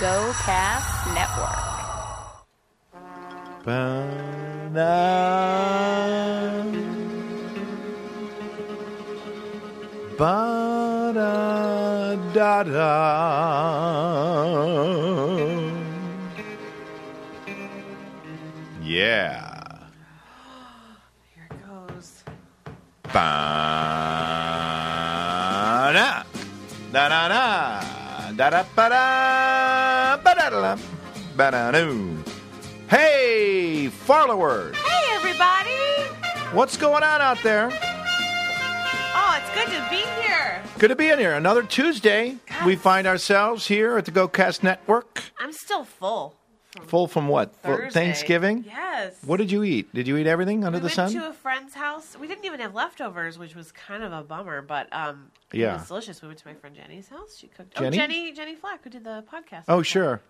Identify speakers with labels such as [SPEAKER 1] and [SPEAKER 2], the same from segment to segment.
[SPEAKER 1] Go Cast Network.
[SPEAKER 2] Ba-da. Ba-da-da-da. Yeah.
[SPEAKER 3] Here it goes.
[SPEAKER 2] Ba-da. Da-da-da. Da-da-ba-da. Ba-da-da-da. Ba-da-doo. Hey, followers.
[SPEAKER 3] Hey, everybody!
[SPEAKER 2] What's going on out there?
[SPEAKER 3] Oh, it's good to be here.
[SPEAKER 2] Good to be in here. Another Tuesday. We find ourselves here at the GoCast Network.
[SPEAKER 3] I'm still full.
[SPEAKER 2] Full from what? Full-
[SPEAKER 3] Thursday.
[SPEAKER 2] Thanksgiving?
[SPEAKER 3] Yes.
[SPEAKER 2] What did you eat? Did you eat everything under
[SPEAKER 3] we
[SPEAKER 2] the sun?
[SPEAKER 3] went to a friend's house. We didn't even have leftovers, which was kind of a bummer, but um,
[SPEAKER 2] Yeah.
[SPEAKER 3] it was delicious. We went to my friend Jenny's house. She cooked.
[SPEAKER 2] Jenny?
[SPEAKER 3] Oh, Jenny, Jenny Flack, who did the podcast.
[SPEAKER 2] oh, sure.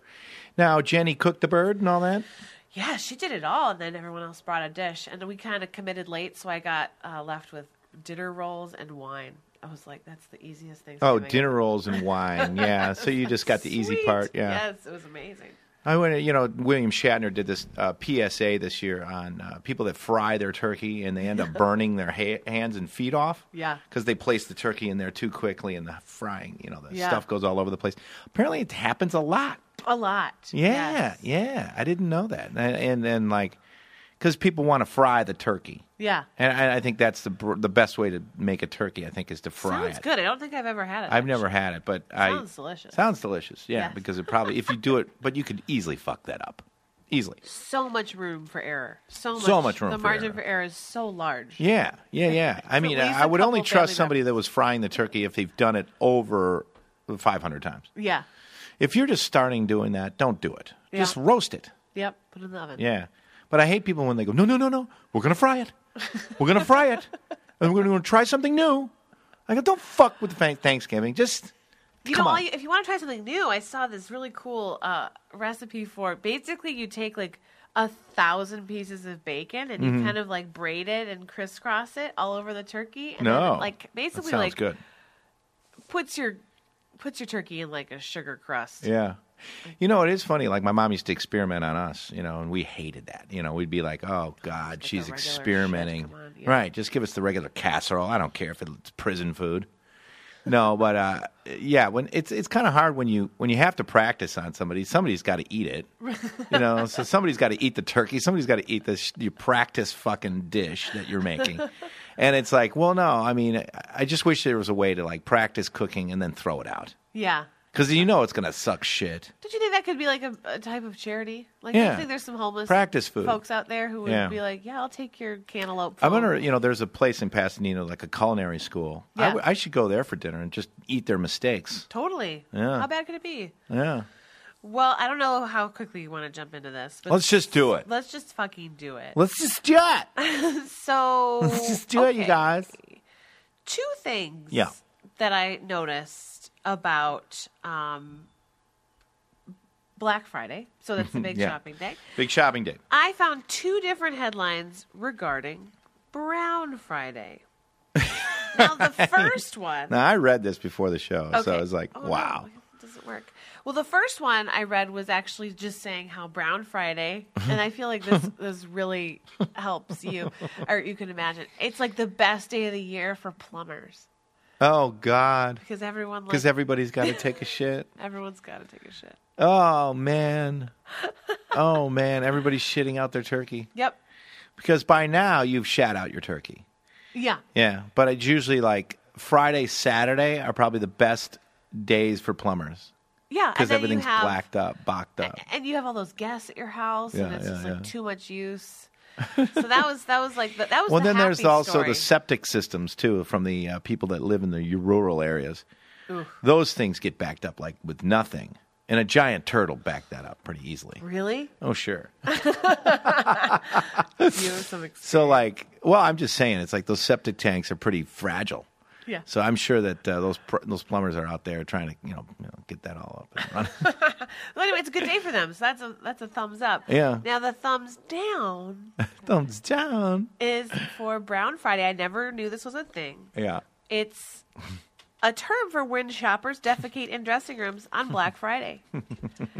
[SPEAKER 2] Now, Jenny cooked the bird and all that?
[SPEAKER 3] Yeah, she did it all, and then everyone else brought a dish, and we kind of committed late, so I got uh, left with dinner rolls and wine. I was like, that's the easiest thing.
[SPEAKER 2] Oh, dinner rolls and wine. Yeah. So you just got the easy part. Yeah.
[SPEAKER 3] Yes, it was amazing.
[SPEAKER 2] I went, you know, William Shatner did this uh, PSA this year on uh, people that fry their turkey and they end up burning their ha- hands and feet off.
[SPEAKER 3] Yeah.
[SPEAKER 2] Because they place the turkey in there too quickly and the frying, you know, the
[SPEAKER 3] Yeah.
[SPEAKER 2] stuff goes all over the place. Apparently it happens a lot.
[SPEAKER 3] A lot.
[SPEAKER 2] Yeah.
[SPEAKER 3] Yes.
[SPEAKER 2] Yeah. I didn't know that. And- And then, like, because people want to fry the turkey.
[SPEAKER 3] Yeah.
[SPEAKER 2] And I, I think that's the br- the best way to make a turkey, I think, is to fry
[SPEAKER 3] Sounds
[SPEAKER 2] it.
[SPEAKER 3] good. I don't think I've ever had it.
[SPEAKER 2] I've never had it, but I
[SPEAKER 3] Sounds delicious.
[SPEAKER 2] Sounds delicious, yeah.
[SPEAKER 3] Yes.
[SPEAKER 2] Because it probably, if you do it, but you could easily fuck that up, easily.
[SPEAKER 3] So much room for error. So much,
[SPEAKER 2] So much room
[SPEAKER 3] The
[SPEAKER 2] for
[SPEAKER 3] margin
[SPEAKER 2] error.
[SPEAKER 3] for error is so large.
[SPEAKER 2] Yeah, yeah, yeah. I
[SPEAKER 3] At
[SPEAKER 2] mean,
[SPEAKER 3] least
[SPEAKER 2] I
[SPEAKER 3] a
[SPEAKER 2] would only
[SPEAKER 3] couple
[SPEAKER 2] trust
[SPEAKER 3] family
[SPEAKER 2] somebody that was frying the turkey if they've done it over 500 times.
[SPEAKER 3] Yeah.
[SPEAKER 2] If you're just starting doing that, don't do it.
[SPEAKER 3] Yeah.
[SPEAKER 2] Just roast it.
[SPEAKER 3] Yep. Put it in the oven.
[SPEAKER 2] Yeah. But I hate people when they go, no, no, no, no. We're going to fry it. We're going to fry it. And we're going to try something new. I go, don't fuck with thank- Thanksgiving. Just
[SPEAKER 3] You
[SPEAKER 2] Come
[SPEAKER 3] know,
[SPEAKER 2] on.
[SPEAKER 3] all you, if you want to try something new, I saw this really cool uh, recipe for basically you take like a thousand pieces of bacon and
[SPEAKER 2] Mm-hmm.
[SPEAKER 3] you kind of like braid it and crisscross it all over the turkey. And
[SPEAKER 2] no.
[SPEAKER 3] Then, like
[SPEAKER 2] that
[SPEAKER 3] basically
[SPEAKER 2] sounds
[SPEAKER 3] like
[SPEAKER 2] good.
[SPEAKER 3] puts your puts your turkey in like a sugar crust.
[SPEAKER 2] Yeah. You know, it is funny. Like, my mom used to experiment on us, you know, and we hated that. You know, we'd be like, oh, God,
[SPEAKER 3] the
[SPEAKER 2] she's
[SPEAKER 3] regular shit,
[SPEAKER 2] experimenting.
[SPEAKER 3] come on, yeah.
[SPEAKER 2] Right. Just give us the regular casserole. I don't care if it's prison food. No, but uh, yeah, when it's it's kind of hard when you when you have to practice on somebody. Somebody's got to eat it, you know. So somebody's got to eat the turkey. Somebody's got to eat this your practice fucking dish that you're making. And it's like, well, no, I mean, I- I just wish there was a way to like practice cooking and then throw it out
[SPEAKER 3] Yeah.
[SPEAKER 2] because you know it's gonna suck shit.
[SPEAKER 3] Don't you think that could be like a, a type of charity? Like, do
[SPEAKER 2] Yeah.
[SPEAKER 3] you think there's some homeless
[SPEAKER 2] Practice food.
[SPEAKER 3] folks out there who would
[SPEAKER 2] Yeah.
[SPEAKER 3] be like, "Yeah, I'll take your cantaloupe."
[SPEAKER 2] I
[SPEAKER 3] food."
[SPEAKER 2] wonder, you know, there's a place in Pasadena, like a culinary school. I
[SPEAKER 3] Yeah.
[SPEAKER 2] w- I should go there for dinner and just eat their mistakes.
[SPEAKER 3] Totally.
[SPEAKER 2] Yeah.
[SPEAKER 3] How bad could it be?
[SPEAKER 2] Yeah.
[SPEAKER 3] Well, I don't know how quickly you want to jump into this, but
[SPEAKER 2] Let's just do it.
[SPEAKER 3] let's just fucking do it.
[SPEAKER 2] Let's just do it.
[SPEAKER 3] So
[SPEAKER 2] Let's just do it, you
[SPEAKER 3] okay.
[SPEAKER 2] guys.
[SPEAKER 3] Two things.
[SPEAKER 2] Yeah.
[SPEAKER 3] That I noticed about um, Black Friday. So that's the big
[SPEAKER 2] Yeah.
[SPEAKER 3] shopping day.
[SPEAKER 2] Big shopping day.
[SPEAKER 3] I found two different headlines regarding Brown Friday. now, the first one.
[SPEAKER 2] Now I read this before the show, so I
[SPEAKER 3] Okay.
[SPEAKER 2] was like,
[SPEAKER 3] Oh, no,
[SPEAKER 2] wow.
[SPEAKER 3] it doesn't work. Well, the first one I read was actually just saying how Brown Friday, and I feel like this this really helps you, or you can imagine. It's like the best day of the year for plumbers
[SPEAKER 2] Oh God,
[SPEAKER 3] because everyone like
[SPEAKER 2] because everybody's got to take a shit.
[SPEAKER 3] everyone's got to take a shit.
[SPEAKER 2] Oh man. Oh man, everybody's shitting out their turkey
[SPEAKER 3] Yep.
[SPEAKER 2] because by now you've shat out your turkey.
[SPEAKER 3] Yeah.
[SPEAKER 2] Yeah, but it's usually like Friday, Saturday are probably the best days for plumbers
[SPEAKER 3] Yeah. and
[SPEAKER 2] because
[SPEAKER 3] then you
[SPEAKER 2] everything's
[SPEAKER 3] have-
[SPEAKER 2] blacked up, bocked up.
[SPEAKER 3] and you have all those guests at your house, and
[SPEAKER 2] Uh, Yeah,
[SPEAKER 3] it's
[SPEAKER 2] yeah,
[SPEAKER 3] just like
[SPEAKER 2] yeah.
[SPEAKER 3] too much use. so that was that was like the, that was.
[SPEAKER 2] Well,
[SPEAKER 3] the
[SPEAKER 2] then there's
[SPEAKER 3] happy
[SPEAKER 2] also
[SPEAKER 3] story.
[SPEAKER 2] the septic systems too from the uh, people that live in the u- rural areas. Those things get backed up like with nothing, and a giant turtle backed that up pretty easily.
[SPEAKER 3] really.
[SPEAKER 2] Oh sure.
[SPEAKER 3] You have some ex-
[SPEAKER 2] So like, well, I'm just saying, it's like those septic tanks are pretty fragile.
[SPEAKER 3] yeah.
[SPEAKER 2] So I'm sure that uh, those pr- those plumbers are out there trying to you know, you know get that all up and running.
[SPEAKER 3] Well, anyway, it's a good day for them. So that's a that's a thumbs up.
[SPEAKER 2] Yeah.
[SPEAKER 3] Now the thumbs down
[SPEAKER 2] Thumbs down.
[SPEAKER 3] is for Brown Friday. I never knew this was a thing.
[SPEAKER 2] Yeah.
[SPEAKER 3] It's a term for when shoppers defecate in dressing rooms on Black Friday.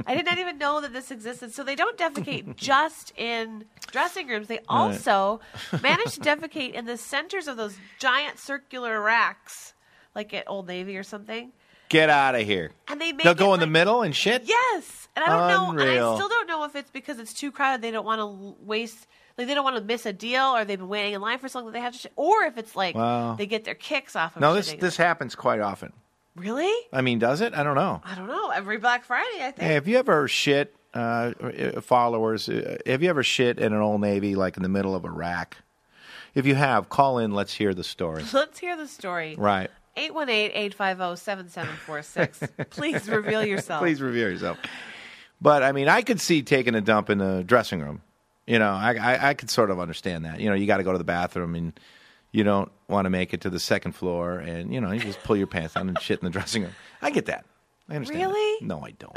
[SPEAKER 3] I did not even know that this existed. So they don't defecate just in dressing rooms. They also manage to defecate in the centers of those giant circular racks, like at Old Navy or something.
[SPEAKER 2] Get out of here.
[SPEAKER 3] And they make
[SPEAKER 2] They'll go
[SPEAKER 3] it
[SPEAKER 2] in the
[SPEAKER 3] like-
[SPEAKER 2] middle and shit.
[SPEAKER 3] Yes, and I don't know. And I
[SPEAKER 2] Unreal.
[SPEAKER 3] still don't know if it's because it's too crowded. They don't want to waste, like they don't want to miss a deal, or they've been waiting in line for so long that they have to, sh- or if it's like
[SPEAKER 2] Wow.
[SPEAKER 3] they get their kicks off of.
[SPEAKER 2] No, this
[SPEAKER 3] shitting.
[SPEAKER 2] this happens quite often.
[SPEAKER 3] really.
[SPEAKER 2] I mean, does it? I don't know.
[SPEAKER 3] I don't know. Every Black Friday, I think.
[SPEAKER 2] Hey, have you ever shit uh, followers? uh, Have you ever shit in an Old Navy like in the middle of a rack? If you have, call in. Let's hear the story.
[SPEAKER 3] Let's hear the story.
[SPEAKER 2] Right.
[SPEAKER 3] oh, 818-850-7746. Please reveal yourself.
[SPEAKER 2] Please review yourself. But I mean, I could see taking a dump in the dressing room. You know, I I, I could sort of understand that. You know, you got to go to the bathroom and you don't want to make it to the second floor, and you know, you just pull your pants down and shit in the dressing room. I get that. I understand. that.
[SPEAKER 3] Really?
[SPEAKER 2] No, I don't.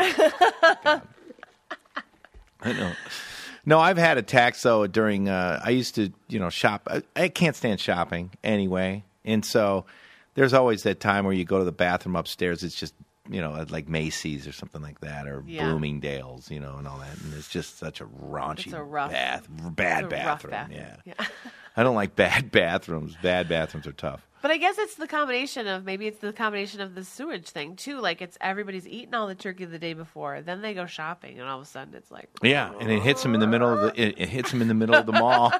[SPEAKER 2] God. I know. No, I've had attacks though during. Uh, I used to, you know, shop. I, I can't stand shopping anyway, and so there's always that time where you go to the bathroom upstairs. It's just, you know, at like Macy's or something like that, or
[SPEAKER 3] Yeah.
[SPEAKER 2] Bloomingdale's, you know, and all that. And it's just such a raunchy,
[SPEAKER 3] It's a rough-
[SPEAKER 2] bath, bad
[SPEAKER 3] It's a rough
[SPEAKER 2] bathroom.
[SPEAKER 3] bath.
[SPEAKER 2] Yeah.
[SPEAKER 3] yeah.
[SPEAKER 2] I don't like bad bathrooms. Bad bathrooms are tough.
[SPEAKER 3] But I guess it's the combination of maybe it's the combination of the sewage thing too. Like it's everybody's eating all the turkey the day before, then they go shopping, and all of a sudden it's like
[SPEAKER 2] Yeah, and it hits him in the middle of the. It, it hits him in the middle of the mall.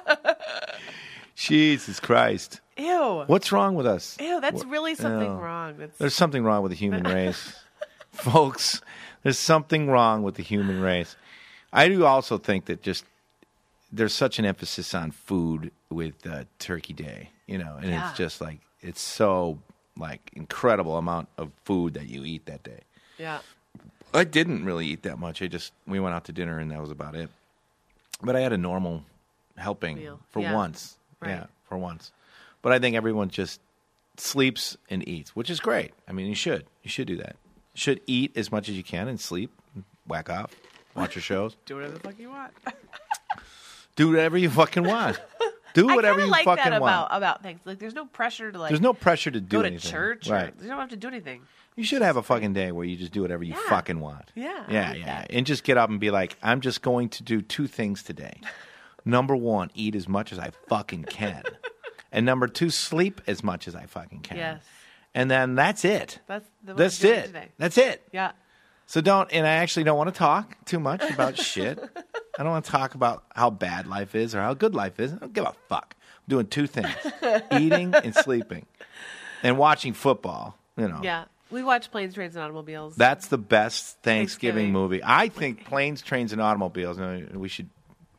[SPEAKER 2] Jesus Christ.
[SPEAKER 3] ew,
[SPEAKER 2] What's wrong with us?
[SPEAKER 3] ew. That's
[SPEAKER 2] Wha-
[SPEAKER 3] really something
[SPEAKER 2] Ew.
[SPEAKER 3] wrong. That's
[SPEAKER 2] There's something wrong with the human race. Folks, there's something wrong with the human race. I do also think that just there's such an emphasis on food with uh, Turkey Day, you know, and
[SPEAKER 3] Yeah.
[SPEAKER 2] it's just like it's so like incredible amount of food that you eat that day.
[SPEAKER 3] yeah.
[SPEAKER 2] I didn't really eat that much. I just we went out to dinner and that was about it. But I had a normal helping
[SPEAKER 3] Meal.
[SPEAKER 2] for
[SPEAKER 3] Yeah.
[SPEAKER 2] once. Yeah,
[SPEAKER 3] Right.
[SPEAKER 2] for once. But I think everyone just sleeps and eats, which is great. I mean, you should. You should do that. You should eat as much as you can and sleep, whack off, watch your shows,
[SPEAKER 3] Do whatever the fuck you want.
[SPEAKER 2] do whatever you fucking want. Do
[SPEAKER 3] I
[SPEAKER 2] whatever
[SPEAKER 3] kinda
[SPEAKER 2] you
[SPEAKER 3] like
[SPEAKER 2] fucking
[SPEAKER 3] that about
[SPEAKER 2] want.
[SPEAKER 3] about things. Like there's no pressure to like
[SPEAKER 2] There's no pressure to do
[SPEAKER 3] go to
[SPEAKER 2] anything.
[SPEAKER 3] church.
[SPEAKER 2] right?
[SPEAKER 3] Or, you don't have to do anything.
[SPEAKER 2] You should have a fucking day where you just do whatever you
[SPEAKER 3] Yeah.
[SPEAKER 2] fucking want.
[SPEAKER 3] Yeah, I
[SPEAKER 2] Yeah,
[SPEAKER 3] like
[SPEAKER 2] yeah.
[SPEAKER 3] that.
[SPEAKER 2] And just get up and be like, I'm just going to do two things today. Number one, eat as much as I fucking can. and number two, sleep as much as I fucking can.
[SPEAKER 3] Yes.
[SPEAKER 2] And then that's it.
[SPEAKER 3] That's the way
[SPEAKER 2] That's
[SPEAKER 3] to do it
[SPEAKER 2] it.
[SPEAKER 3] today.
[SPEAKER 2] That's it.
[SPEAKER 3] Yeah.
[SPEAKER 2] So don't, and I actually don't want to talk too much about shit. I don't want to talk about how bad life is or how good life is. I don't give a fuck. I'm doing two things eating and sleeping and watching football, you know.
[SPEAKER 3] Yeah. We watch planes, trains, and automobiles.
[SPEAKER 2] That's the best Thanksgiving,
[SPEAKER 3] Thanksgiving.
[SPEAKER 2] movie. I think Planes, Trains, and Automobiles. and We should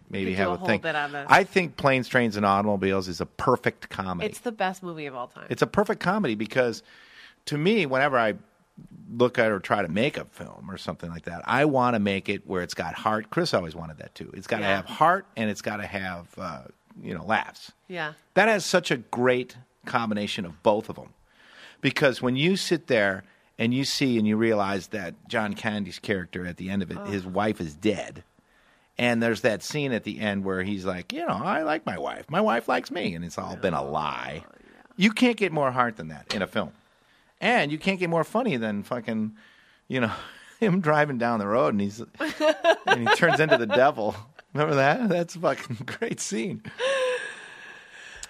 [SPEAKER 2] maybe
[SPEAKER 3] Could do
[SPEAKER 2] have
[SPEAKER 3] a
[SPEAKER 2] a
[SPEAKER 3] whole
[SPEAKER 2] thing.
[SPEAKER 3] bit on this.
[SPEAKER 2] I think Planes, Trains, and Automobiles is a perfect comedy.
[SPEAKER 3] it's the best movie of all time.
[SPEAKER 2] It's a perfect comedy because to me, whenever I look at or try to make a film or something like that, I want to make it where it's got heart. Chris always wanted that too. It's got to
[SPEAKER 3] Yeah.
[SPEAKER 2] have heart and it's got to have uh, you know laughs.
[SPEAKER 3] yeah.
[SPEAKER 2] That has such a great combination of both of them. Because when you sit there and you see and you realize that John Candy's character at the end of it, his wife is dead. And there's that scene at the end where he's like, you know, I like my wife. My wife likes me. And it's all been a lie. You can't get more heart than that in a film. And you can't get more funny than fucking, you know, him driving down the road and he's and he turns into the devil. Remember that? That's a fucking great scene.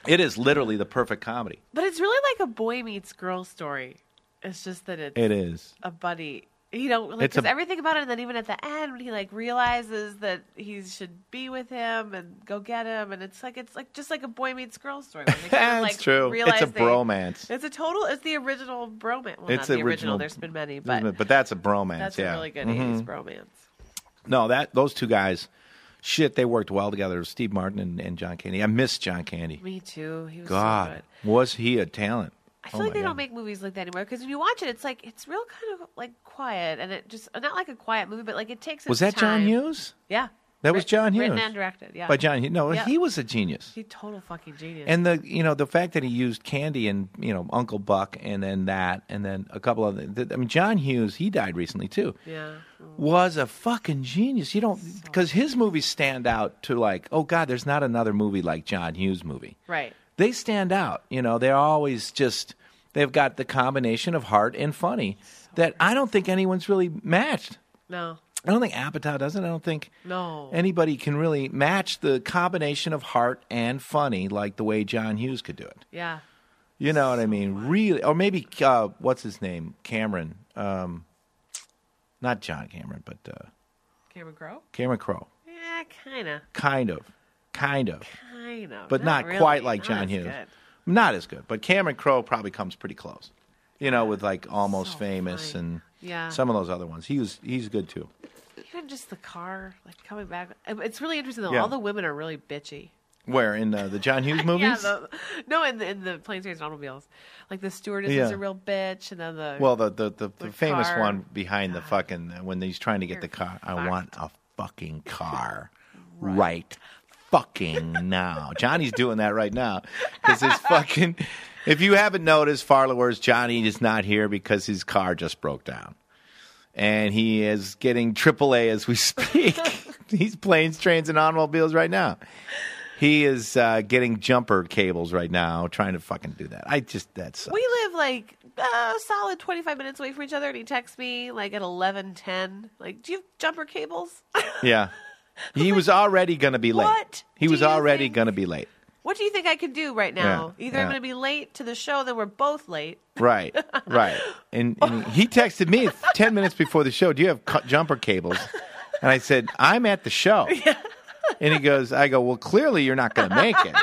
[SPEAKER 2] It is literally the perfect comedy.
[SPEAKER 3] But it's really like a boy meets girl story. It's just that it's
[SPEAKER 2] It is.
[SPEAKER 3] a buddy. You know, like
[SPEAKER 2] It's a-
[SPEAKER 3] it's everything about it. And then even at the end, when he like realizes that he should be with him and go get him, and it's like it's like just like a boy meets girl story. when they kind of,
[SPEAKER 2] That's
[SPEAKER 3] like,
[SPEAKER 2] true. It's
[SPEAKER 3] realize
[SPEAKER 2] a
[SPEAKER 3] they-
[SPEAKER 2] bromance.
[SPEAKER 3] It's a total. It's the original bromance. Well,
[SPEAKER 2] It's
[SPEAKER 3] not the
[SPEAKER 2] the
[SPEAKER 3] original.
[SPEAKER 2] original-
[SPEAKER 3] There's been many, but
[SPEAKER 2] Mm, but that's a bromance.
[SPEAKER 3] that's
[SPEAKER 2] yeah. Mm-hmm.
[SPEAKER 3] a really good 80s bromance.
[SPEAKER 2] No, that those two guys, shit, they worked well together. Steve Martin and, and John Candy. I miss John Candy.
[SPEAKER 3] Me too. He was so
[SPEAKER 2] God,
[SPEAKER 3] good.
[SPEAKER 2] was he a talent?
[SPEAKER 3] I feel
[SPEAKER 2] Oh my
[SPEAKER 3] like they
[SPEAKER 2] God.
[SPEAKER 3] don't make movies like that anymore because when you watch it, it's like it's real kind of like quiet and it just not like a quiet movie, but like it takes.
[SPEAKER 2] Was
[SPEAKER 3] its
[SPEAKER 2] that John
[SPEAKER 3] time.
[SPEAKER 2] Hughes?
[SPEAKER 3] Yeah,
[SPEAKER 2] That was
[SPEAKER 3] Writ-
[SPEAKER 2] John
[SPEAKER 3] Written
[SPEAKER 2] Hughes.
[SPEAKER 3] and directed, yeah,
[SPEAKER 2] By John Hughes? No,
[SPEAKER 3] Yeah.
[SPEAKER 2] he was a genius.
[SPEAKER 3] He total fucking genius.
[SPEAKER 2] And the you know the fact that he used candy and you know Uncle Buck and then that and then a couple of the, I mean John Hughes he died recently too.
[SPEAKER 3] yeah,
[SPEAKER 2] was a fucking genius. You don't because his movies stand out to like, oh God, there's not another movie like John Hughes movie.
[SPEAKER 3] right.
[SPEAKER 2] They stand out. You know, they're always just They've got the combination of heart and funny that I don't think anyone's really matched.
[SPEAKER 3] No.
[SPEAKER 2] I don't think Apatow does it. I don't think
[SPEAKER 3] No.
[SPEAKER 2] anybody can really match the combination of heart and funny like the way John Hughes could do it.
[SPEAKER 3] Yeah.
[SPEAKER 2] You know what I mean? Really, or maybe uh, what's his name? Cameron. Um, not John Cameron, but uh,
[SPEAKER 3] Cameron Crowe?
[SPEAKER 2] Cameron Crowe.
[SPEAKER 3] Yeah, kind of.
[SPEAKER 2] Kind of, kind of,
[SPEAKER 3] Kind of.
[SPEAKER 2] but not,
[SPEAKER 3] really.
[SPEAKER 2] quite like
[SPEAKER 3] Not
[SPEAKER 2] John
[SPEAKER 3] as
[SPEAKER 2] Hughes.
[SPEAKER 3] good.
[SPEAKER 2] Not as good, but Cameron Crowe probably comes pretty close. You know, with like almost
[SPEAKER 3] So
[SPEAKER 2] famous
[SPEAKER 3] funny.
[SPEAKER 2] and
[SPEAKER 3] Yeah.
[SPEAKER 2] some of those other ones. He was he's good too.
[SPEAKER 3] Even just the car, like coming back. Uh, It's really interesting, though.
[SPEAKER 2] Yeah.
[SPEAKER 3] All the women are really bitchy.
[SPEAKER 2] Where in uh, the John Hughes movies?
[SPEAKER 3] Yeah, the, no, in the, in the planes, trains, and automobiles, like the stewardess
[SPEAKER 2] Yeah.
[SPEAKER 3] is a real bitch, and then the
[SPEAKER 2] Well, the the, the, the
[SPEAKER 3] The
[SPEAKER 2] famous
[SPEAKER 3] car.
[SPEAKER 2] one behind the fucking when he's trying to get the car. I
[SPEAKER 3] fucked.
[SPEAKER 2] want a fucking car, right. Fucking now, Johnny's doing that right now because his fucking. If you haven't noticed, followers, Johnny is not here because his car just broke down, and he is getting AAA as we speak. he's planes, trains, and automobiles right now. He is uh, getting jumper cables right now, trying to fucking do that. I just that sucks.
[SPEAKER 3] we live like a solid twenty five minutes away from each other, and he texts me like at eleven ten, like, "Do you have jumper cables?
[SPEAKER 2] Yeah. He was already going to be late.
[SPEAKER 3] What
[SPEAKER 2] He
[SPEAKER 3] do
[SPEAKER 2] was
[SPEAKER 3] you
[SPEAKER 2] already
[SPEAKER 3] think?
[SPEAKER 2] going to be late.
[SPEAKER 3] what do you think I can do right now?
[SPEAKER 2] Yeah,
[SPEAKER 3] Either I'm
[SPEAKER 2] yeah.
[SPEAKER 3] going to be late to the show, then we're both late.
[SPEAKER 2] Right, right. And, and he texted me 10 minutes before the show, Do you have cu- jumper cables? And I said, I'm at the show. And he goes, I go, Well, clearly you're not going to make it.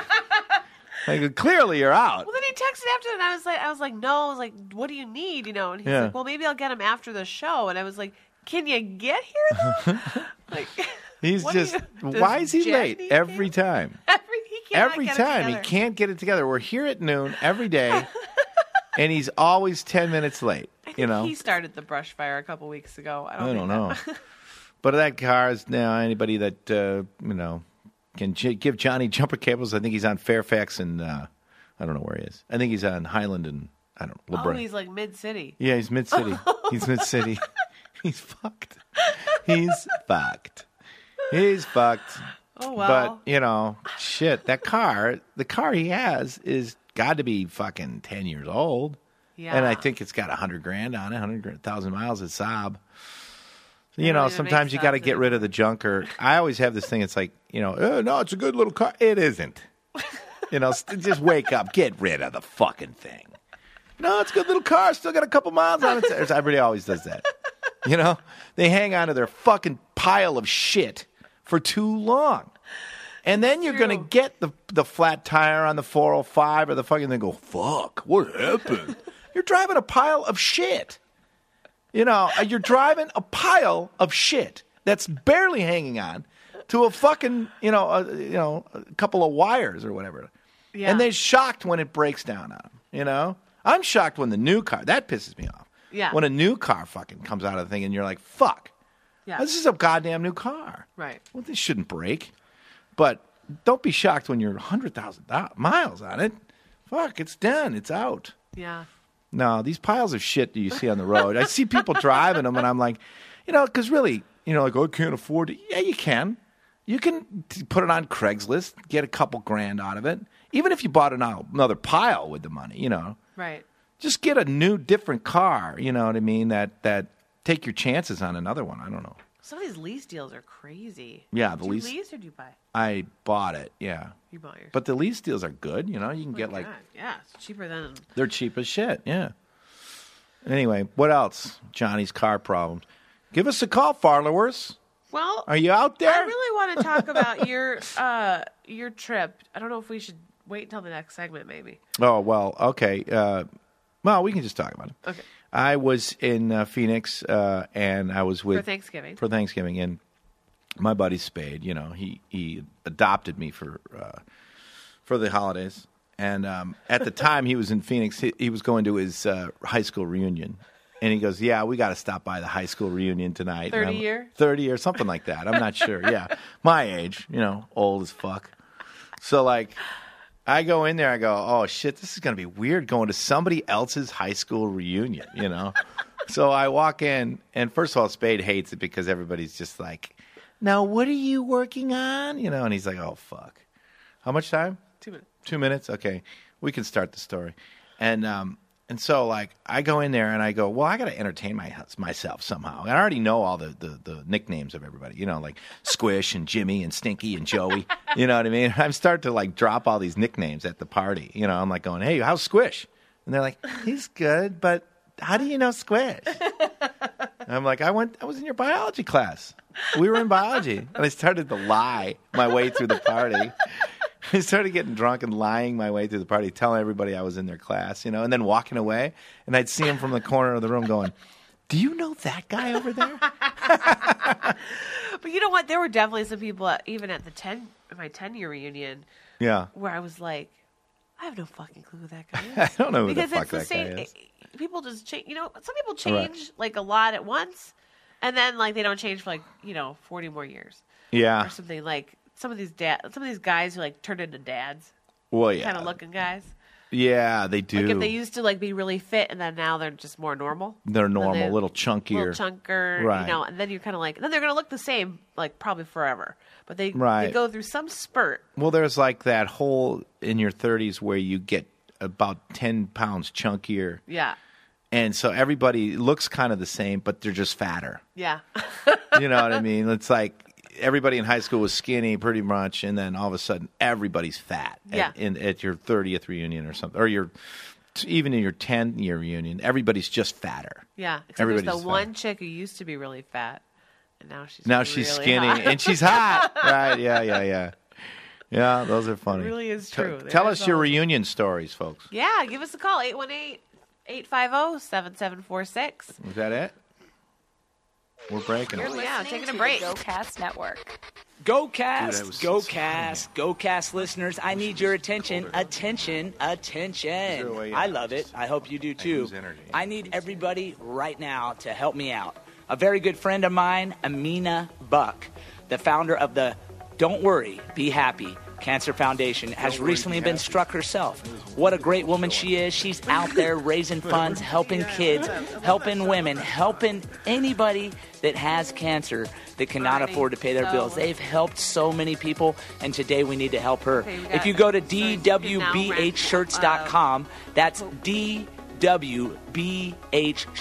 [SPEAKER 2] I go, Clearly you're out.
[SPEAKER 3] Well, then he texted after, and I was like, I was like, no, I was like, what do you need? You know, and he's
[SPEAKER 2] Yeah.
[SPEAKER 3] like, well, maybe I'll get him after the show, and I was like, can you get here though? like,
[SPEAKER 2] He's
[SPEAKER 3] what do
[SPEAKER 2] just,
[SPEAKER 3] you- does
[SPEAKER 2] why is he
[SPEAKER 3] Jack
[SPEAKER 2] late
[SPEAKER 3] need
[SPEAKER 2] every
[SPEAKER 3] cables?
[SPEAKER 2] time?
[SPEAKER 3] every he cannot
[SPEAKER 2] every
[SPEAKER 3] get it
[SPEAKER 2] time he
[SPEAKER 3] together.
[SPEAKER 2] can't get it together. We're here at noon every day, and he's always 10 minutes late. you know,
[SPEAKER 3] he started the brush fire a couple weeks ago. I don't,
[SPEAKER 2] I
[SPEAKER 3] think
[SPEAKER 2] don't
[SPEAKER 3] that-
[SPEAKER 2] know. but that car is now anybody that uh, you know can j- give Johnny jumper cables. I think he's on Fairfax and uh, I don't know where he is. I think he's on Highland and I don't know.
[SPEAKER 3] Oh,
[SPEAKER 2] LeBron.
[SPEAKER 3] he's like mid city.
[SPEAKER 2] yeah, he's mid city. he's mid city. he's fucked. He's fucked. He's fucked.
[SPEAKER 3] Oh well.
[SPEAKER 2] But you know, shit. That car, the car he has, is got to be fucking ten years old.
[SPEAKER 3] yeah.
[SPEAKER 2] And I think it's got a hundred grand on it, hundred thousand miles at Saab. You
[SPEAKER 3] That
[SPEAKER 2] know,
[SPEAKER 3] would make
[SPEAKER 2] sometimes you
[SPEAKER 3] sense
[SPEAKER 2] got to get
[SPEAKER 3] anymore.
[SPEAKER 2] rid of the junker. I always have this thing. It's like, you know, oh, no, it's a good little car. It isn't. You know, st- just wake up, get rid of the fucking thing. No, it's a good little car. Still got a couple miles on it. It's- Everybody always does that. You know, they hang on to their fucking pile of shit for too long. And then you're going
[SPEAKER 3] true.
[SPEAKER 2] to get the the flat tire on the 405 or the fucking thing. Go fuck! What happened? you're driving a pile of shit. You know, uh, you're driving a pile of shit that's barely hanging on to a fucking you know a, you know a couple of wires or whatever.
[SPEAKER 3] Yeah.
[SPEAKER 2] And they're shocked when it breaks down on them. You know, I'm shocked when the new car that pisses me off.
[SPEAKER 3] Yeah.
[SPEAKER 2] When a new car fucking comes out of the thing and you're like, fuck,
[SPEAKER 3] yeah.
[SPEAKER 2] this is a goddamn new car.
[SPEAKER 3] right.
[SPEAKER 2] Well, this shouldn't break. But don't be shocked when you're 100,000 do- miles on it. Fuck, it's done. It's out.
[SPEAKER 3] Yeah.
[SPEAKER 2] No, these piles of shit that you see on the road. I see people driving them, and I'm like, you know, because really, you know, like, oh, I can't afford it. Yeah, you can. You can t- put it on Craigslist, get a couple grand out of it. Even if you bought an, uh, another pile with the money, you know,
[SPEAKER 3] Right.
[SPEAKER 2] just get a new, different car. You know what I mean? That, that, take your chances on another one. I don't know.
[SPEAKER 3] Some of these lease deals are crazy.
[SPEAKER 2] Yeah, the
[SPEAKER 3] do
[SPEAKER 2] lease-
[SPEAKER 3] You lease or do you buy?
[SPEAKER 2] I bought it. Yeah.
[SPEAKER 3] You bought yours.
[SPEAKER 2] But the lease deals are good. You know, you can
[SPEAKER 3] Oh my
[SPEAKER 2] get like
[SPEAKER 3] God, yeah, it's cheaper than
[SPEAKER 2] they're cheap as shit. Yeah. Anyway, what else? Johnny's car problems. Give us a call, followers.
[SPEAKER 3] well.
[SPEAKER 2] Are you out there?
[SPEAKER 3] I really want to talk about your uh your trip. I don't know if we should wait until the next segment, maybe.
[SPEAKER 2] Oh well, okay. Uh, well, we can just talk about it.
[SPEAKER 3] Okay.
[SPEAKER 2] I was in uh, Phoenix, uh, and I was with
[SPEAKER 3] Thanksgiving.
[SPEAKER 2] For Thanksgiving, and my buddy Spade, you know, he he adopted me for uh, for the holidays, and um, at the time he was in Phoenix, he, he was going to his uh, high school reunion. And he goes, yeah, we got to stop by the high school reunion tonight. And
[SPEAKER 3] 30
[SPEAKER 2] I'm-
[SPEAKER 3] year?
[SPEAKER 2] thirty or something like that. I'm not sure. Yeah, my age, you know, old as fuck. So like, I go in there, I go, oh shit, this is gonna be weird going to somebody else's high school reunion, you know? so I walk in, and first of all, Spade hates it because everybody's just like, now what are you working on? You know, and he's like, oh fuck, how much time?
[SPEAKER 3] Two minutes.
[SPEAKER 2] Two minutes? Okay. We can start the story. And um And so like I go in there and I go, well, I got to entertain my, myself somehow. And I already know all the, the the nicknames of everybody, you know, like Squish and Jimmy and Stinky and Joey. you know what I mean? I'm starting to like drop all these nicknames at the party. You know, I'm like going, hey, how's Squish? And they're like, he's good, but how do you know Squish? And I'm like, I went, I was in your biology class. We were in biology, and I started to lie my way through the party. I started getting drunk and lying my way through the party, telling everybody I was in their class, you know, and then walking away. And I'd see him from the corner of the room going, "Do you know that guy over there?"
[SPEAKER 3] But you know what? There were definitely some people, at, even at the ten my ten year reunion,
[SPEAKER 2] Yeah,
[SPEAKER 3] where I was like, I have no fucking clue who that guy is.
[SPEAKER 2] I don't know who
[SPEAKER 3] because
[SPEAKER 2] the fuck
[SPEAKER 3] it's the
[SPEAKER 2] that
[SPEAKER 3] same.
[SPEAKER 2] guy is.
[SPEAKER 3] i- People just change. You know, some people
[SPEAKER 2] Right.
[SPEAKER 3] change like a lot at once, and then like they don't change for like you know forty more years
[SPEAKER 2] Yeah,
[SPEAKER 3] or something. Like some of these dad, some of these guys who like turned into dads,
[SPEAKER 2] well, yeah,
[SPEAKER 3] kind of looking guys.
[SPEAKER 2] Yeah, they do.
[SPEAKER 3] Like if they used to like be really fit, and then now they're just more normal,
[SPEAKER 2] They're normal,
[SPEAKER 3] they-
[SPEAKER 2] little chunkier.
[SPEAKER 3] little chunker,
[SPEAKER 2] Right.
[SPEAKER 3] you know. And then you're kind of like, then they're gonna look the same, like probably forever. But they they
[SPEAKER 2] Right.
[SPEAKER 3] go through some spurt.
[SPEAKER 2] Well, there's like that hole in your 30s where you get about 10 pounds chunkier.
[SPEAKER 3] Yeah,
[SPEAKER 2] And so everybody looks kind of the same, but they're just fatter.
[SPEAKER 3] yeah.
[SPEAKER 2] You know what I mean? It's like everybody in high school was skinny pretty much, and then all of a sudden everybody's fat
[SPEAKER 3] Yeah.
[SPEAKER 2] at, in, at your 30th reunion or something, or your even in your 10 year reunion, everybody's just fatter.
[SPEAKER 3] Yeah, except
[SPEAKER 2] Everybody's
[SPEAKER 3] there's
[SPEAKER 2] fat.
[SPEAKER 3] the one chick who used to be really fat, and now she's
[SPEAKER 2] Now she's
[SPEAKER 3] really
[SPEAKER 2] skinny
[SPEAKER 3] hot.
[SPEAKER 2] and she's hot. right? Yeah, yeah, yeah. Yeah, those are funny.
[SPEAKER 3] really is
[SPEAKER 2] T-
[SPEAKER 3] true. They
[SPEAKER 2] tell
[SPEAKER 3] are
[SPEAKER 2] us your
[SPEAKER 3] solid.
[SPEAKER 2] reunion stories, folks.
[SPEAKER 3] Yeah, give us a call oh, 818-850-7746.
[SPEAKER 2] Is that it? We're breaking it.
[SPEAKER 1] You're
[SPEAKER 3] Oh, yeah,
[SPEAKER 1] listening
[SPEAKER 3] taking a
[SPEAKER 1] to the
[SPEAKER 3] break.
[SPEAKER 1] GoCast Network.
[SPEAKER 4] Go
[SPEAKER 2] Dude, I was
[SPEAKER 4] cast,
[SPEAKER 2] so
[SPEAKER 4] go
[SPEAKER 2] sorry.
[SPEAKER 4] cast, go cast listeners. I need your attention, attention, attention.
[SPEAKER 2] a way
[SPEAKER 4] I
[SPEAKER 2] out?
[SPEAKER 4] love it. I hope you do too.
[SPEAKER 2] lose energy.
[SPEAKER 4] I need everybody right now to help me out. A very good friend of mine, Amina Buck, the founder of the Don't Worry, Be Happy Cancer Foundation, has
[SPEAKER 2] Don't Worry,
[SPEAKER 4] recently
[SPEAKER 2] Be
[SPEAKER 4] been
[SPEAKER 2] Happy.
[SPEAKER 4] struck herself. What a great woman she is. She's out there raising funds, helping kids, helping women, helping anybody that has cancer that cannot
[SPEAKER 3] Alrighty.
[SPEAKER 4] afford to pay their
[SPEAKER 3] So-
[SPEAKER 4] bills. They've helped so many people, and today we need to help her.
[SPEAKER 3] Okay, we got-
[SPEAKER 4] if you go to
[SPEAKER 3] so you can now rent,
[SPEAKER 4] dwbhshirts.com, that's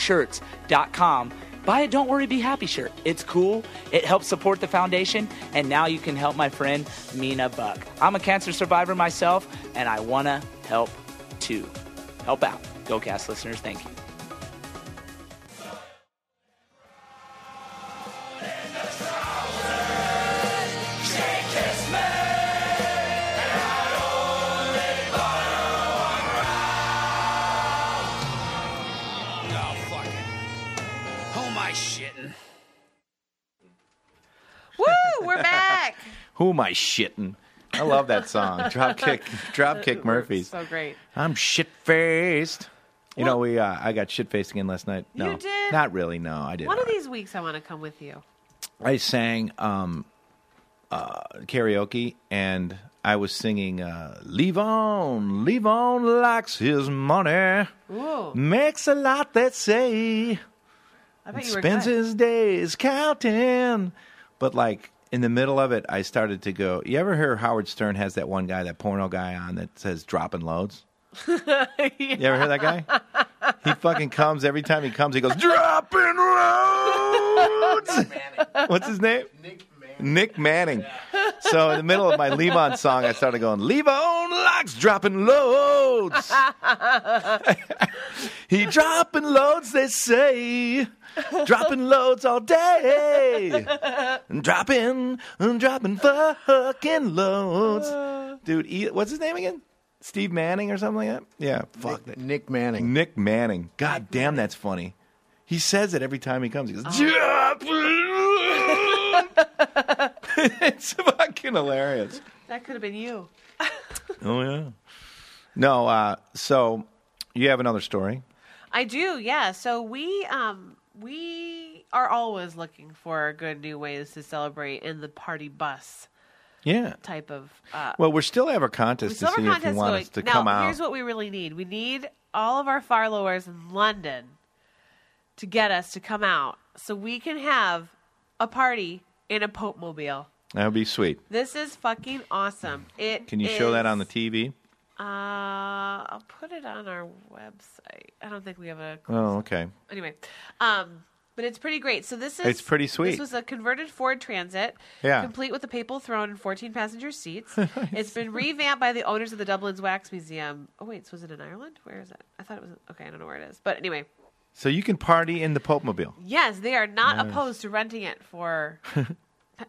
[SPEAKER 4] dwbhshirts.com. Buy a Don't Worry Be Happy shirt. It's cool. It helps support the foundation, and now you can help my friend Mina Buck. I'm a cancer survivor myself, and I want to help too. Help out. GoCast listeners, thank you.
[SPEAKER 5] Oh, fuck it. Who am I shitting?
[SPEAKER 3] Woo, we're back.
[SPEAKER 2] Who am I shitting? I love that song. Dropkick Dropkick Murphys.
[SPEAKER 3] so great.
[SPEAKER 2] I'm shit faced. You know, we uh, I got shit faced again last night. No,
[SPEAKER 3] You did?
[SPEAKER 2] not really. No, I did.
[SPEAKER 3] One of
[SPEAKER 2] not.
[SPEAKER 3] these weeks I want to come with you.
[SPEAKER 2] I sang um, uh, karaoke, and I was singing uh, "Leave On, Leave On" likes his money,
[SPEAKER 3] Ooh,
[SPEAKER 2] makes a lot that say
[SPEAKER 3] I bet you were
[SPEAKER 2] spends
[SPEAKER 3] good.
[SPEAKER 2] his days counting. But like in the middle of it, I started to go. You ever hear Howard Stern has that one guy, that porno guy on that says dropping loads? You ever hear that guy? He fucking comes every time he comes. He goes dropping loads. What's his name? Nick Manning. Nick Manning. So in the middle of my Levon song, I started going Levon likes dropping loads. he dropping loads, they say. Dropping loads all day. Dropping, dropping fucking loads. Dude, E- what's his name again? Steve Manning or something like that? Yeah, fuck that.
[SPEAKER 6] Nick Manning.
[SPEAKER 2] Nick Manning. God damn, that's funny. He says it every time he comes. He goes, "Jeff." it's fucking hilarious.
[SPEAKER 3] That could have been you.
[SPEAKER 2] Oh, yeah. No, uh, so you have another story.
[SPEAKER 3] I do, yeah. So we um we are always looking for good new ways to celebrate in the party bus
[SPEAKER 2] Yeah.
[SPEAKER 3] type of uh,
[SPEAKER 2] Well, we're still have a contest to
[SPEAKER 3] Silver
[SPEAKER 2] see if you
[SPEAKER 3] contest
[SPEAKER 2] want
[SPEAKER 3] going.
[SPEAKER 2] us to
[SPEAKER 3] now,
[SPEAKER 2] come out.
[SPEAKER 3] here's what we really need. We need all of our followers in London to get us to come out so we can have a party in a Pope Mobile.
[SPEAKER 2] that would be sweet.
[SPEAKER 3] This is fucking awesome. It
[SPEAKER 2] Can you show that
[SPEAKER 3] is-
[SPEAKER 2] on the TV?
[SPEAKER 3] Uh, I'll put it on our website. I don't think we have a
[SPEAKER 2] Oh, okay.
[SPEAKER 3] anyway. Um, but it's pretty great. So this is
[SPEAKER 2] It's pretty sweet.
[SPEAKER 3] This was a converted Ford Transit,
[SPEAKER 2] Yeah.
[SPEAKER 3] complete with a papal throne and 14 passenger seats. It's been revamped by the owners of the Dublin's Wax Museum. Oh wait, so was it in Ireland? Where is it? I thought it was okay. I don't know where it is, but anyway,
[SPEAKER 2] So you can party in the Pope Mobile.
[SPEAKER 3] yes, they are not opposed to renting it for.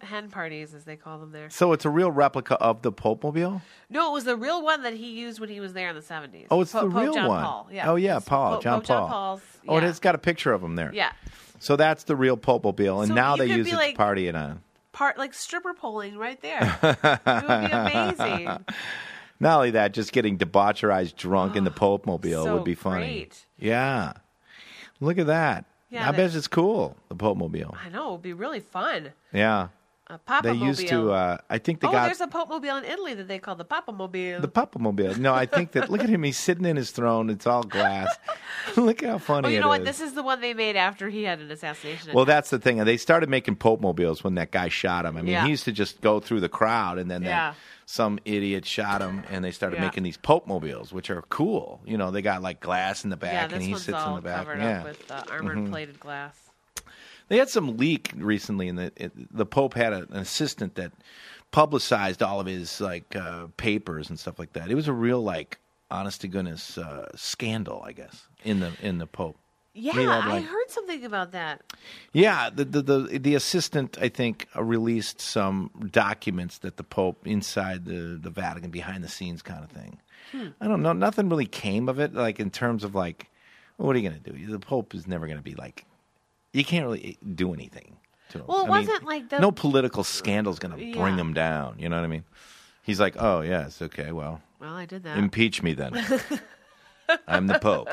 [SPEAKER 3] Hen parties, as they call them there.
[SPEAKER 2] So it's a real replica of the Pope Mobile.
[SPEAKER 3] No, it was the real one that he used when he was there in the seventies.
[SPEAKER 2] Oh, it's the
[SPEAKER 3] Pope
[SPEAKER 2] real
[SPEAKER 3] John
[SPEAKER 2] one.
[SPEAKER 3] Paul. Yeah.
[SPEAKER 2] Oh yeah,
[SPEAKER 3] It's
[SPEAKER 2] Paul,
[SPEAKER 3] Pope-
[SPEAKER 2] John
[SPEAKER 3] Pope
[SPEAKER 2] Paul.
[SPEAKER 3] Paul's.
[SPEAKER 2] Oh, and
[SPEAKER 3] yeah.
[SPEAKER 2] it's got a picture of him there.
[SPEAKER 3] Yeah,
[SPEAKER 2] So that's the real Pope Mobile, and
[SPEAKER 3] So
[SPEAKER 2] now
[SPEAKER 3] you
[SPEAKER 2] they
[SPEAKER 3] could
[SPEAKER 2] use
[SPEAKER 3] be
[SPEAKER 2] it
[SPEAKER 3] like-
[SPEAKER 2] to party it on.
[SPEAKER 3] part like stripper polling right there. it would be amazing.
[SPEAKER 2] Not only that, just getting debaucherized drunk in the Pope Mobile
[SPEAKER 3] so
[SPEAKER 2] would be funny.
[SPEAKER 3] great.
[SPEAKER 2] Yeah. Look at that.
[SPEAKER 3] Yeah,
[SPEAKER 2] I
[SPEAKER 3] that-
[SPEAKER 2] bet it's cool, the Pope Mobile.
[SPEAKER 3] I know, it would be really fun.
[SPEAKER 2] Yeah.
[SPEAKER 3] A Papa
[SPEAKER 2] They
[SPEAKER 3] Mobile.
[SPEAKER 2] used to, uh, I think they
[SPEAKER 3] oh,
[SPEAKER 2] got
[SPEAKER 3] there's a Pope Mobile in Italy that they call the Papa Mobile.
[SPEAKER 2] the Papa Mobile. No, I think that, look at him. He's sitting in his throne. It's all glass. look how funny
[SPEAKER 3] oh, you
[SPEAKER 2] it
[SPEAKER 3] know what?
[SPEAKER 2] is.
[SPEAKER 3] This is the one they made after he had an assassination.
[SPEAKER 2] Well, that's the thing. They started making Pope mobiles when that guy shot him. I mean,
[SPEAKER 3] Yeah.
[SPEAKER 2] he used to just go through the crowd, and then that-
[SPEAKER 3] Yeah.
[SPEAKER 2] some idiot shot him, and they started
[SPEAKER 3] Yeah.
[SPEAKER 2] making these Pope mobiles, which are cool. You know, they got like glass in the
[SPEAKER 3] yeah,
[SPEAKER 2] back,
[SPEAKER 3] this
[SPEAKER 2] and he
[SPEAKER 3] one's
[SPEAKER 2] sits
[SPEAKER 3] all
[SPEAKER 2] in the back.
[SPEAKER 3] covered
[SPEAKER 2] yeah, Mm-hmm.
[SPEAKER 3] up with uh, armored plated glass.
[SPEAKER 2] they had some leak recently, and the it, the Pope had a, an assistant that publicized all of his like uh, papers and stuff like that. It was a real like honest to goodness uh, scandal, I guess, in the in the Pope.
[SPEAKER 3] Yeah,
[SPEAKER 2] Real,
[SPEAKER 3] I
[SPEAKER 2] like-
[SPEAKER 3] heard something about that.
[SPEAKER 2] Yeah, the the the, the assistant I think uh, released some documents that the Pope inside the the Vatican behind the scenes kind of thing.
[SPEAKER 3] Hmm.
[SPEAKER 2] I don't know. Nothing really came of it. Like in terms of like, what are you going to do? The Pope is never going to be like. You can't really eh, do anything. To him.
[SPEAKER 3] Well, it
[SPEAKER 2] I mean,
[SPEAKER 3] wasn't like the-
[SPEAKER 2] no political scandal's going to bring
[SPEAKER 3] Yeah.
[SPEAKER 2] him down. You know what I mean? He's like, oh yes, okay, well,
[SPEAKER 3] Well, I did that.
[SPEAKER 2] impeach me then. I'm the Pope.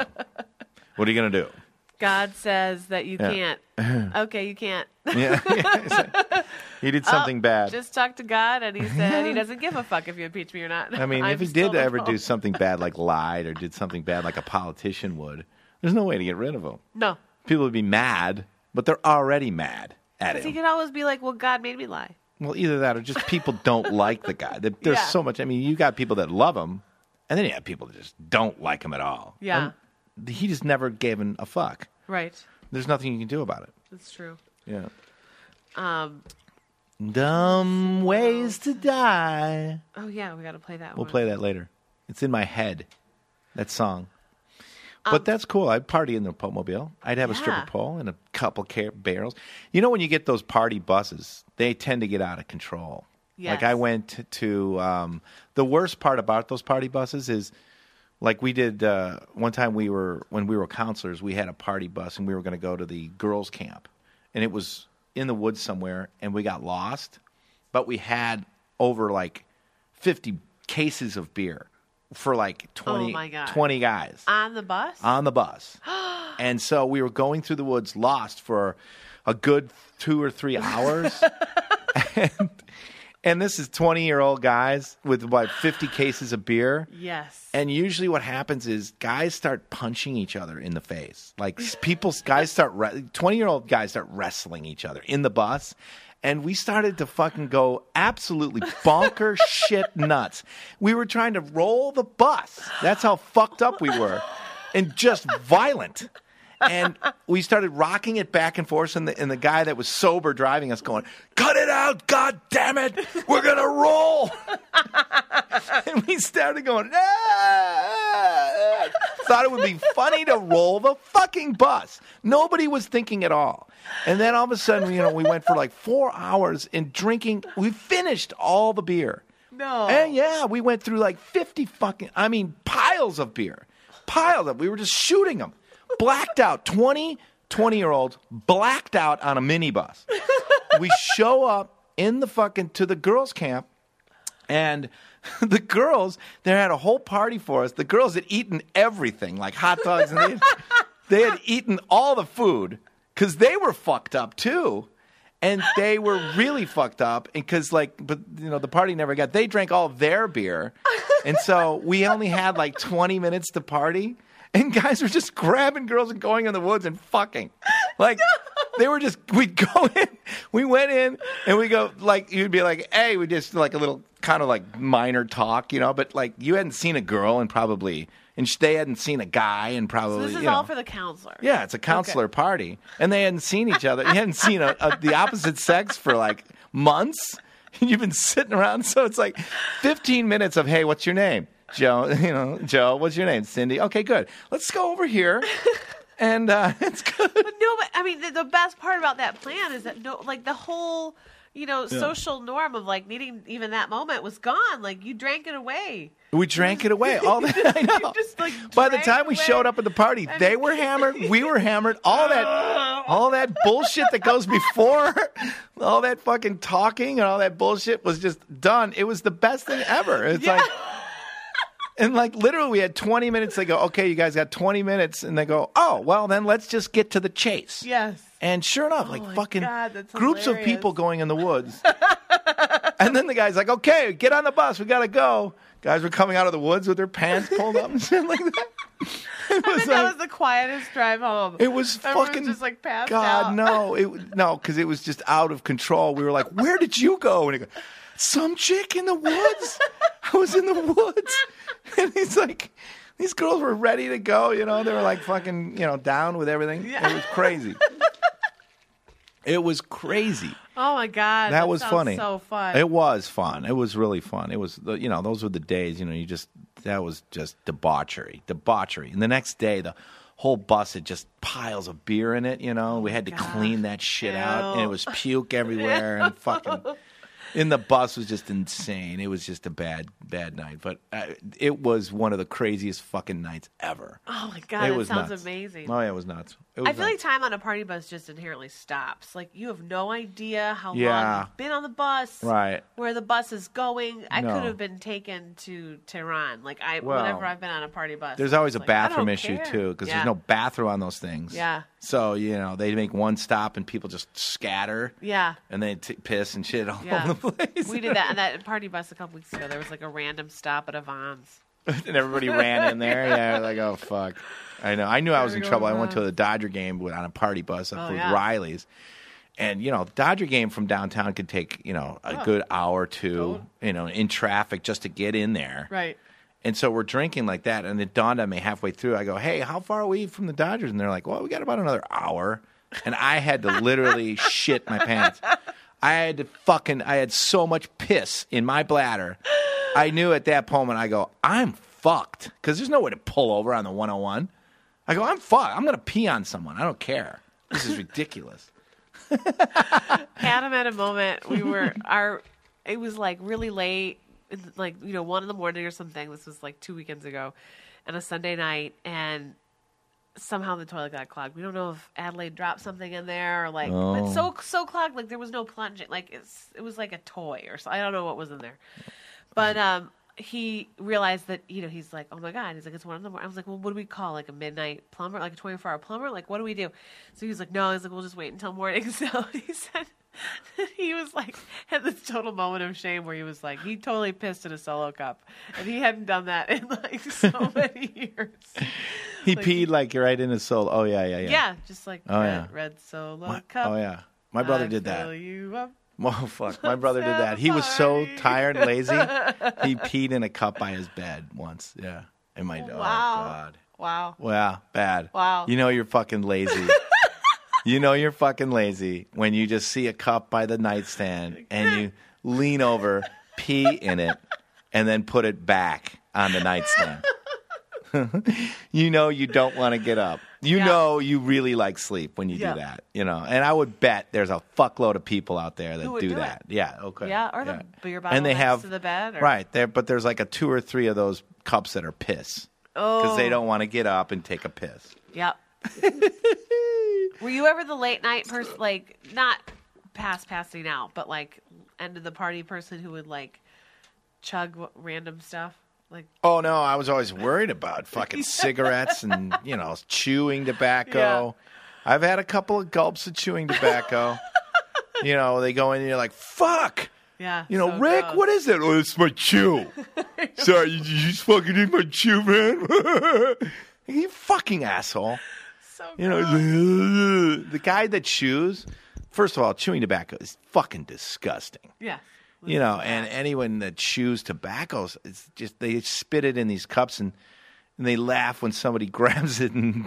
[SPEAKER 2] What are you going to do?
[SPEAKER 3] God says that you
[SPEAKER 2] Yeah.
[SPEAKER 3] can't. okay, you can't.
[SPEAKER 2] Yeah. he did something bad.
[SPEAKER 3] Just talk to God, and he said he doesn't give a fuck if you impeach me or not.
[SPEAKER 2] I mean,
[SPEAKER 3] I'm
[SPEAKER 2] if he
[SPEAKER 3] still
[SPEAKER 2] did
[SPEAKER 3] the
[SPEAKER 2] ever do
[SPEAKER 3] Pope.
[SPEAKER 2] something bad, like lied or did something bad, like a politician would, there's no way to get rid of him.
[SPEAKER 3] no,
[SPEAKER 2] People would be mad, but they're already mad at
[SPEAKER 3] because he
[SPEAKER 2] him.
[SPEAKER 3] could always be like, "Well, God made me lie."
[SPEAKER 2] Well, either that or just people don't like the guy. There- There's
[SPEAKER 3] Yeah.
[SPEAKER 2] so much. I mean, you got people that love him, and then you have people that just don't like him at all.
[SPEAKER 3] Yeah.
[SPEAKER 2] And he just never gave him a fuck.
[SPEAKER 3] Right,
[SPEAKER 2] There's nothing you can do about it.
[SPEAKER 3] that's true.
[SPEAKER 2] Yeah.
[SPEAKER 3] Um,
[SPEAKER 2] Dumb ways to die.
[SPEAKER 3] oh yeah, we got to play that.
[SPEAKER 2] We'll
[SPEAKER 3] one.
[SPEAKER 2] play that later. It's in my head, that song. But that's cool. I'd party in the Pope Mobile. I'd have a stripper
[SPEAKER 3] Um, Yeah.
[SPEAKER 2] pole and a couple car- barrels. You know, when you get those party buses, they tend to get out of control. Like
[SPEAKER 3] Yes.
[SPEAKER 2] I went to um, the worst part about those party buses is like we did uh, one time we were when we were counselors we had a party bus and we were going to go to the girls camp and it was in the woods somewhere and we got lost but we had over like 50 cases of beer for like 20,
[SPEAKER 3] my God.
[SPEAKER 2] 20 guys
[SPEAKER 3] on the bus.
[SPEAKER 2] on the bus. and so we were going through the woods lost for a good two or three hours. and, and this is 20 year old guys with about 50 cases of beer.
[SPEAKER 3] yes.
[SPEAKER 2] And usually, what happens is guys start punching each other in the face. Like s- people, guys start twenty year old guys start wrestling each other in the bus, and we started to fucking go absolutely bonker shit nuts. We were trying to roll the bus. That's how fucked up we were, and just violent. And we started rocking it back and forth, and the, and the guy that was sober driving us going, "Cut it out, god damn it! We're gonna roll." and we started going, "Ah, ah, ah." thought it would be funny to roll the fucking bus. Nobody was thinking at all. And then all of a sudden, you know, we went for like four hours in drinking. We finished all the beer.
[SPEAKER 3] No.
[SPEAKER 2] And yeah, we went through like 50 fucking, I mean, piles of beer. Piles of, we were just shooting them. Blacked out, 20, 20 year olds blacked out on a minibus. we show up in the fucking, to the girls' camp. And the girls, they had a whole party for us. The girls had eaten everything, like hot dogs, and they had, they had eaten all the food because they were fucked up too. And they were really fucked up because, like, but you know, the party never got. They drank all their beer, and so we only had like 20 minutes to party. And guys were just grabbing girls and going in the woods and fucking, like, they were just. We'd go in, we went in, and we go like you'd be like, hey, we just like a little kind of like minor talk, you know, but like you hadn't seen a girl and probably, and sh- they hadn't seen a guy and
[SPEAKER 3] So
[SPEAKER 2] probably.
[SPEAKER 3] this is
[SPEAKER 2] you know,
[SPEAKER 3] all for the counselor.
[SPEAKER 2] yeah, it's a counselor party, and they hadn't seen each other. You hadn't seen a, a, the opposite sex for like months. You've been sitting around, so it's like fifteen minutes of hey, what's your name, Joe? You know, Joe, what's your name, Cindy? Okay, good. Let's go over here, and uh, it's good.
[SPEAKER 3] But no, but I mean, the, the best part about that plan is that no, like the whole, you know, social norm of like needing even that moment was gone. Like you drank it away.
[SPEAKER 2] We drank it away. All that I know.
[SPEAKER 3] Just like
[SPEAKER 2] By the
[SPEAKER 3] drank
[SPEAKER 2] time we
[SPEAKER 3] away.
[SPEAKER 2] showed up at the party, they were hammered, we were hammered, all that all that bullshit that goes before, all that fucking talking and all that bullshit was just done. It was the best thing ever. It's like and like literally we had 20 minutes they go, "Okay, you guys got 20 minutes." And they go, "Oh, well then let's just get to the chase."
[SPEAKER 3] Yes.
[SPEAKER 2] And sure enough, like
[SPEAKER 3] Oh my
[SPEAKER 2] fucking
[SPEAKER 3] God, that's
[SPEAKER 2] groups
[SPEAKER 3] hilarious.
[SPEAKER 2] of people going in the woods. and then the guy's like, okay, get on the bus. We got to go. Guys were coming out of the woods with their pants pulled up and shit like that. It was,
[SPEAKER 3] But that
[SPEAKER 2] like-
[SPEAKER 3] was the quietest drive home.
[SPEAKER 2] it was
[SPEAKER 3] Everyone
[SPEAKER 2] fucking
[SPEAKER 3] just like passed
[SPEAKER 2] God
[SPEAKER 3] out.
[SPEAKER 2] no, it no because it was just out of control. We were like, "Where did you go?" And he goes, "Some chick in the woods. I was in the woods." And he's like, "These girls were ready to go. You know, they were like fucking you know down with everything. It was crazy. it was crazy.
[SPEAKER 3] Oh my god,
[SPEAKER 2] That, was
[SPEAKER 3] sounds
[SPEAKER 2] funny.
[SPEAKER 3] So fun.
[SPEAKER 2] It was fun. It was really fun. It was the- you know those were the days. You know, you just that was just debauchery, debauchery. And the next day, the whole bus had just piles of beer in it. You know, we had to clean that shit out, and it
[SPEAKER 3] Oh Ew.
[SPEAKER 2] was puke everywhere, and fucking. In the bus was just insane. It was just a bad, bad night, but uh, it was one of the craziest fucking nights ever.
[SPEAKER 3] oh my god,
[SPEAKER 2] it
[SPEAKER 3] that
[SPEAKER 2] was
[SPEAKER 3] sounds
[SPEAKER 2] nuts.
[SPEAKER 3] amazing.
[SPEAKER 2] Oh yeah, it was nuts. It was
[SPEAKER 3] I feel
[SPEAKER 2] nuts.
[SPEAKER 3] like time on a party bus just inherently stops. Like you have no idea how
[SPEAKER 2] Yeah.
[SPEAKER 3] long you've been on the bus,
[SPEAKER 2] Right.
[SPEAKER 3] Where the bus is going. I
[SPEAKER 2] No.
[SPEAKER 3] could have been taken to Tehran. Like I,
[SPEAKER 2] Well,
[SPEAKER 3] whenever I've been on a party bus,
[SPEAKER 2] There's
[SPEAKER 3] I'm
[SPEAKER 2] always a
[SPEAKER 3] just like, I
[SPEAKER 2] bathroom
[SPEAKER 3] don't
[SPEAKER 2] issue
[SPEAKER 3] care.
[SPEAKER 2] too, because
[SPEAKER 3] Yeah.
[SPEAKER 2] there's no bathroom on those things.
[SPEAKER 3] Yeah.
[SPEAKER 2] So you know they make one stop and people just scatter.
[SPEAKER 3] Yeah.
[SPEAKER 2] And they t- piss and shit all
[SPEAKER 3] Yeah.
[SPEAKER 2] over the place.
[SPEAKER 3] We did that on that party bus a couple weeks ago. There was like a random stop at Avon's.
[SPEAKER 2] and everybody ran in there. Yeah, like oh fuck. I know. I knew I was in
[SPEAKER 3] Everyone
[SPEAKER 2] trouble. I went to
[SPEAKER 3] runs.
[SPEAKER 2] the Dodger game with- on a party bus up
[SPEAKER 3] Oh,
[SPEAKER 2] with
[SPEAKER 3] yeah.
[SPEAKER 2] Riley's, and you know Dodger game from downtown could take you know
[SPEAKER 3] Oh.
[SPEAKER 2] a good hour or two. You know, in traffic just to get in there.
[SPEAKER 3] Right.
[SPEAKER 2] And so we're drinking like that. And it dawned on me halfway through. I go, hey, how far are we from the Dodgers? And they're like, well, we got about another hour. And I had to literally shit my pants. I had to fucking, I had so much piss in my bladder. I knew at that moment, I go, I'm fucked. Because there's nowhere to pull over on the 101. I go, I'm fucked. I'm going to pee on someone. I don't care. This is ridiculous.
[SPEAKER 3] Adam had a moment. We were our. It was like really late, it's like you know, one in the morning or something. This was like two weekends ago, and a Sunday night, and somehow the toilet got clogged. We don't know if Adelaide dropped something in there or like, but so so clogged, like there was no plunging. Like it's it was like a toy or so. I don't know what was in there, but um. He realized that you know he's like, oh my god, he's like it's one in the morning. I was like, well, what do we call like a midnight plumber, like a twenty four hour plumber? Like, what do we do? So he was like, no, he's like, we'll just wait until morning. So he said he was like had this total moment of shame where he was like he totally pissed in a solo cup and he hadn't done that in like so many years.
[SPEAKER 2] He peed like right in his soul. Oh, yeah, yeah, yeah.
[SPEAKER 3] Yeah, just like
[SPEAKER 2] Oh,
[SPEAKER 3] red,
[SPEAKER 2] yeah.
[SPEAKER 3] red solo
[SPEAKER 2] My-
[SPEAKER 3] cup.
[SPEAKER 2] oh, yeah. My brother
[SPEAKER 3] I
[SPEAKER 2] did that.
[SPEAKER 3] fill you up.
[SPEAKER 2] Oh fuck! My brother did
[SPEAKER 3] have
[SPEAKER 2] that.
[SPEAKER 3] a
[SPEAKER 2] He was so
[SPEAKER 3] party.
[SPEAKER 2] tired and lazy. He peed in a cup by his bed once. Yeah, and my oh
[SPEAKER 3] Wow.
[SPEAKER 2] god,
[SPEAKER 3] Wow.
[SPEAKER 2] wow, bad.
[SPEAKER 3] Wow.
[SPEAKER 2] You know you're fucking lazy. you know you're fucking lazy when you just see a cup by the nightstand and you lean over, pee in it, and then put it back on the nightstand. you know you don't want to get up. You
[SPEAKER 3] Yeah.
[SPEAKER 2] know you really like sleep when you
[SPEAKER 3] Yeah.
[SPEAKER 2] do that. You know, and I would bet there's a fuckload of people out there that
[SPEAKER 3] Who would
[SPEAKER 2] do
[SPEAKER 3] do
[SPEAKER 2] that. Yeah. Okay.
[SPEAKER 3] Yeah, or the beer bottle next to the bed, or-
[SPEAKER 2] right there, but there's like a two or three of those cups that are piss because they
[SPEAKER 3] Oh.
[SPEAKER 2] don't want to get up and take a piss.
[SPEAKER 3] Yep. Were you ever the late night person, like not past passing out, but like end of the party person who would like chug w- random stuff? Like
[SPEAKER 2] Oh no, I was always worried about fucking cigarettes and you know chewing tobacco. I've had a couple of gulps of chewing tobacco. you know, they go in and you're like, "Fuck."
[SPEAKER 3] yeah,
[SPEAKER 2] You know,
[SPEAKER 3] so
[SPEAKER 2] Rick,
[SPEAKER 3] gross.
[SPEAKER 2] what is it? Oh, it's my chew. Sorry, you, you just fucking eat my chew, man. you fucking asshole.
[SPEAKER 3] So
[SPEAKER 2] You know,
[SPEAKER 3] gross.
[SPEAKER 2] the guy that chews, first of all, chewing tobacco is fucking disgusting.
[SPEAKER 3] yeah,
[SPEAKER 2] you know, and anyone that chews tobacco, it's just they spit it in these cups and and they laugh when somebody grabs it and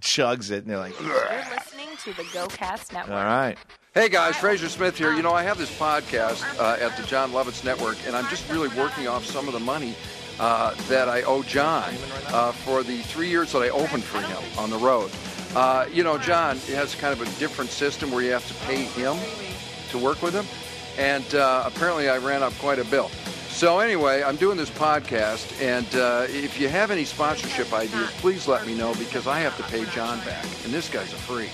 [SPEAKER 2] chugs it, and they're like, "Ugh."
[SPEAKER 1] You're listening to the GoCast Network.
[SPEAKER 2] "All right,
[SPEAKER 6] Hey guys, Fraser Smith here. You know, I have this podcast uh, at the John Lovitz Network, and I'm just really working off some of the money uh, that I owe John uh, for the three years that I opened for him on the road. Uh, you know, John has kind of a different system where you have to pay him to work with him, and uh, apparently I ran up quite a bill. So anyway, I'm doing this podcast, and uh, if you have any sponsorship ideas, please let me know because I have to pay John back, and this guy's a freak.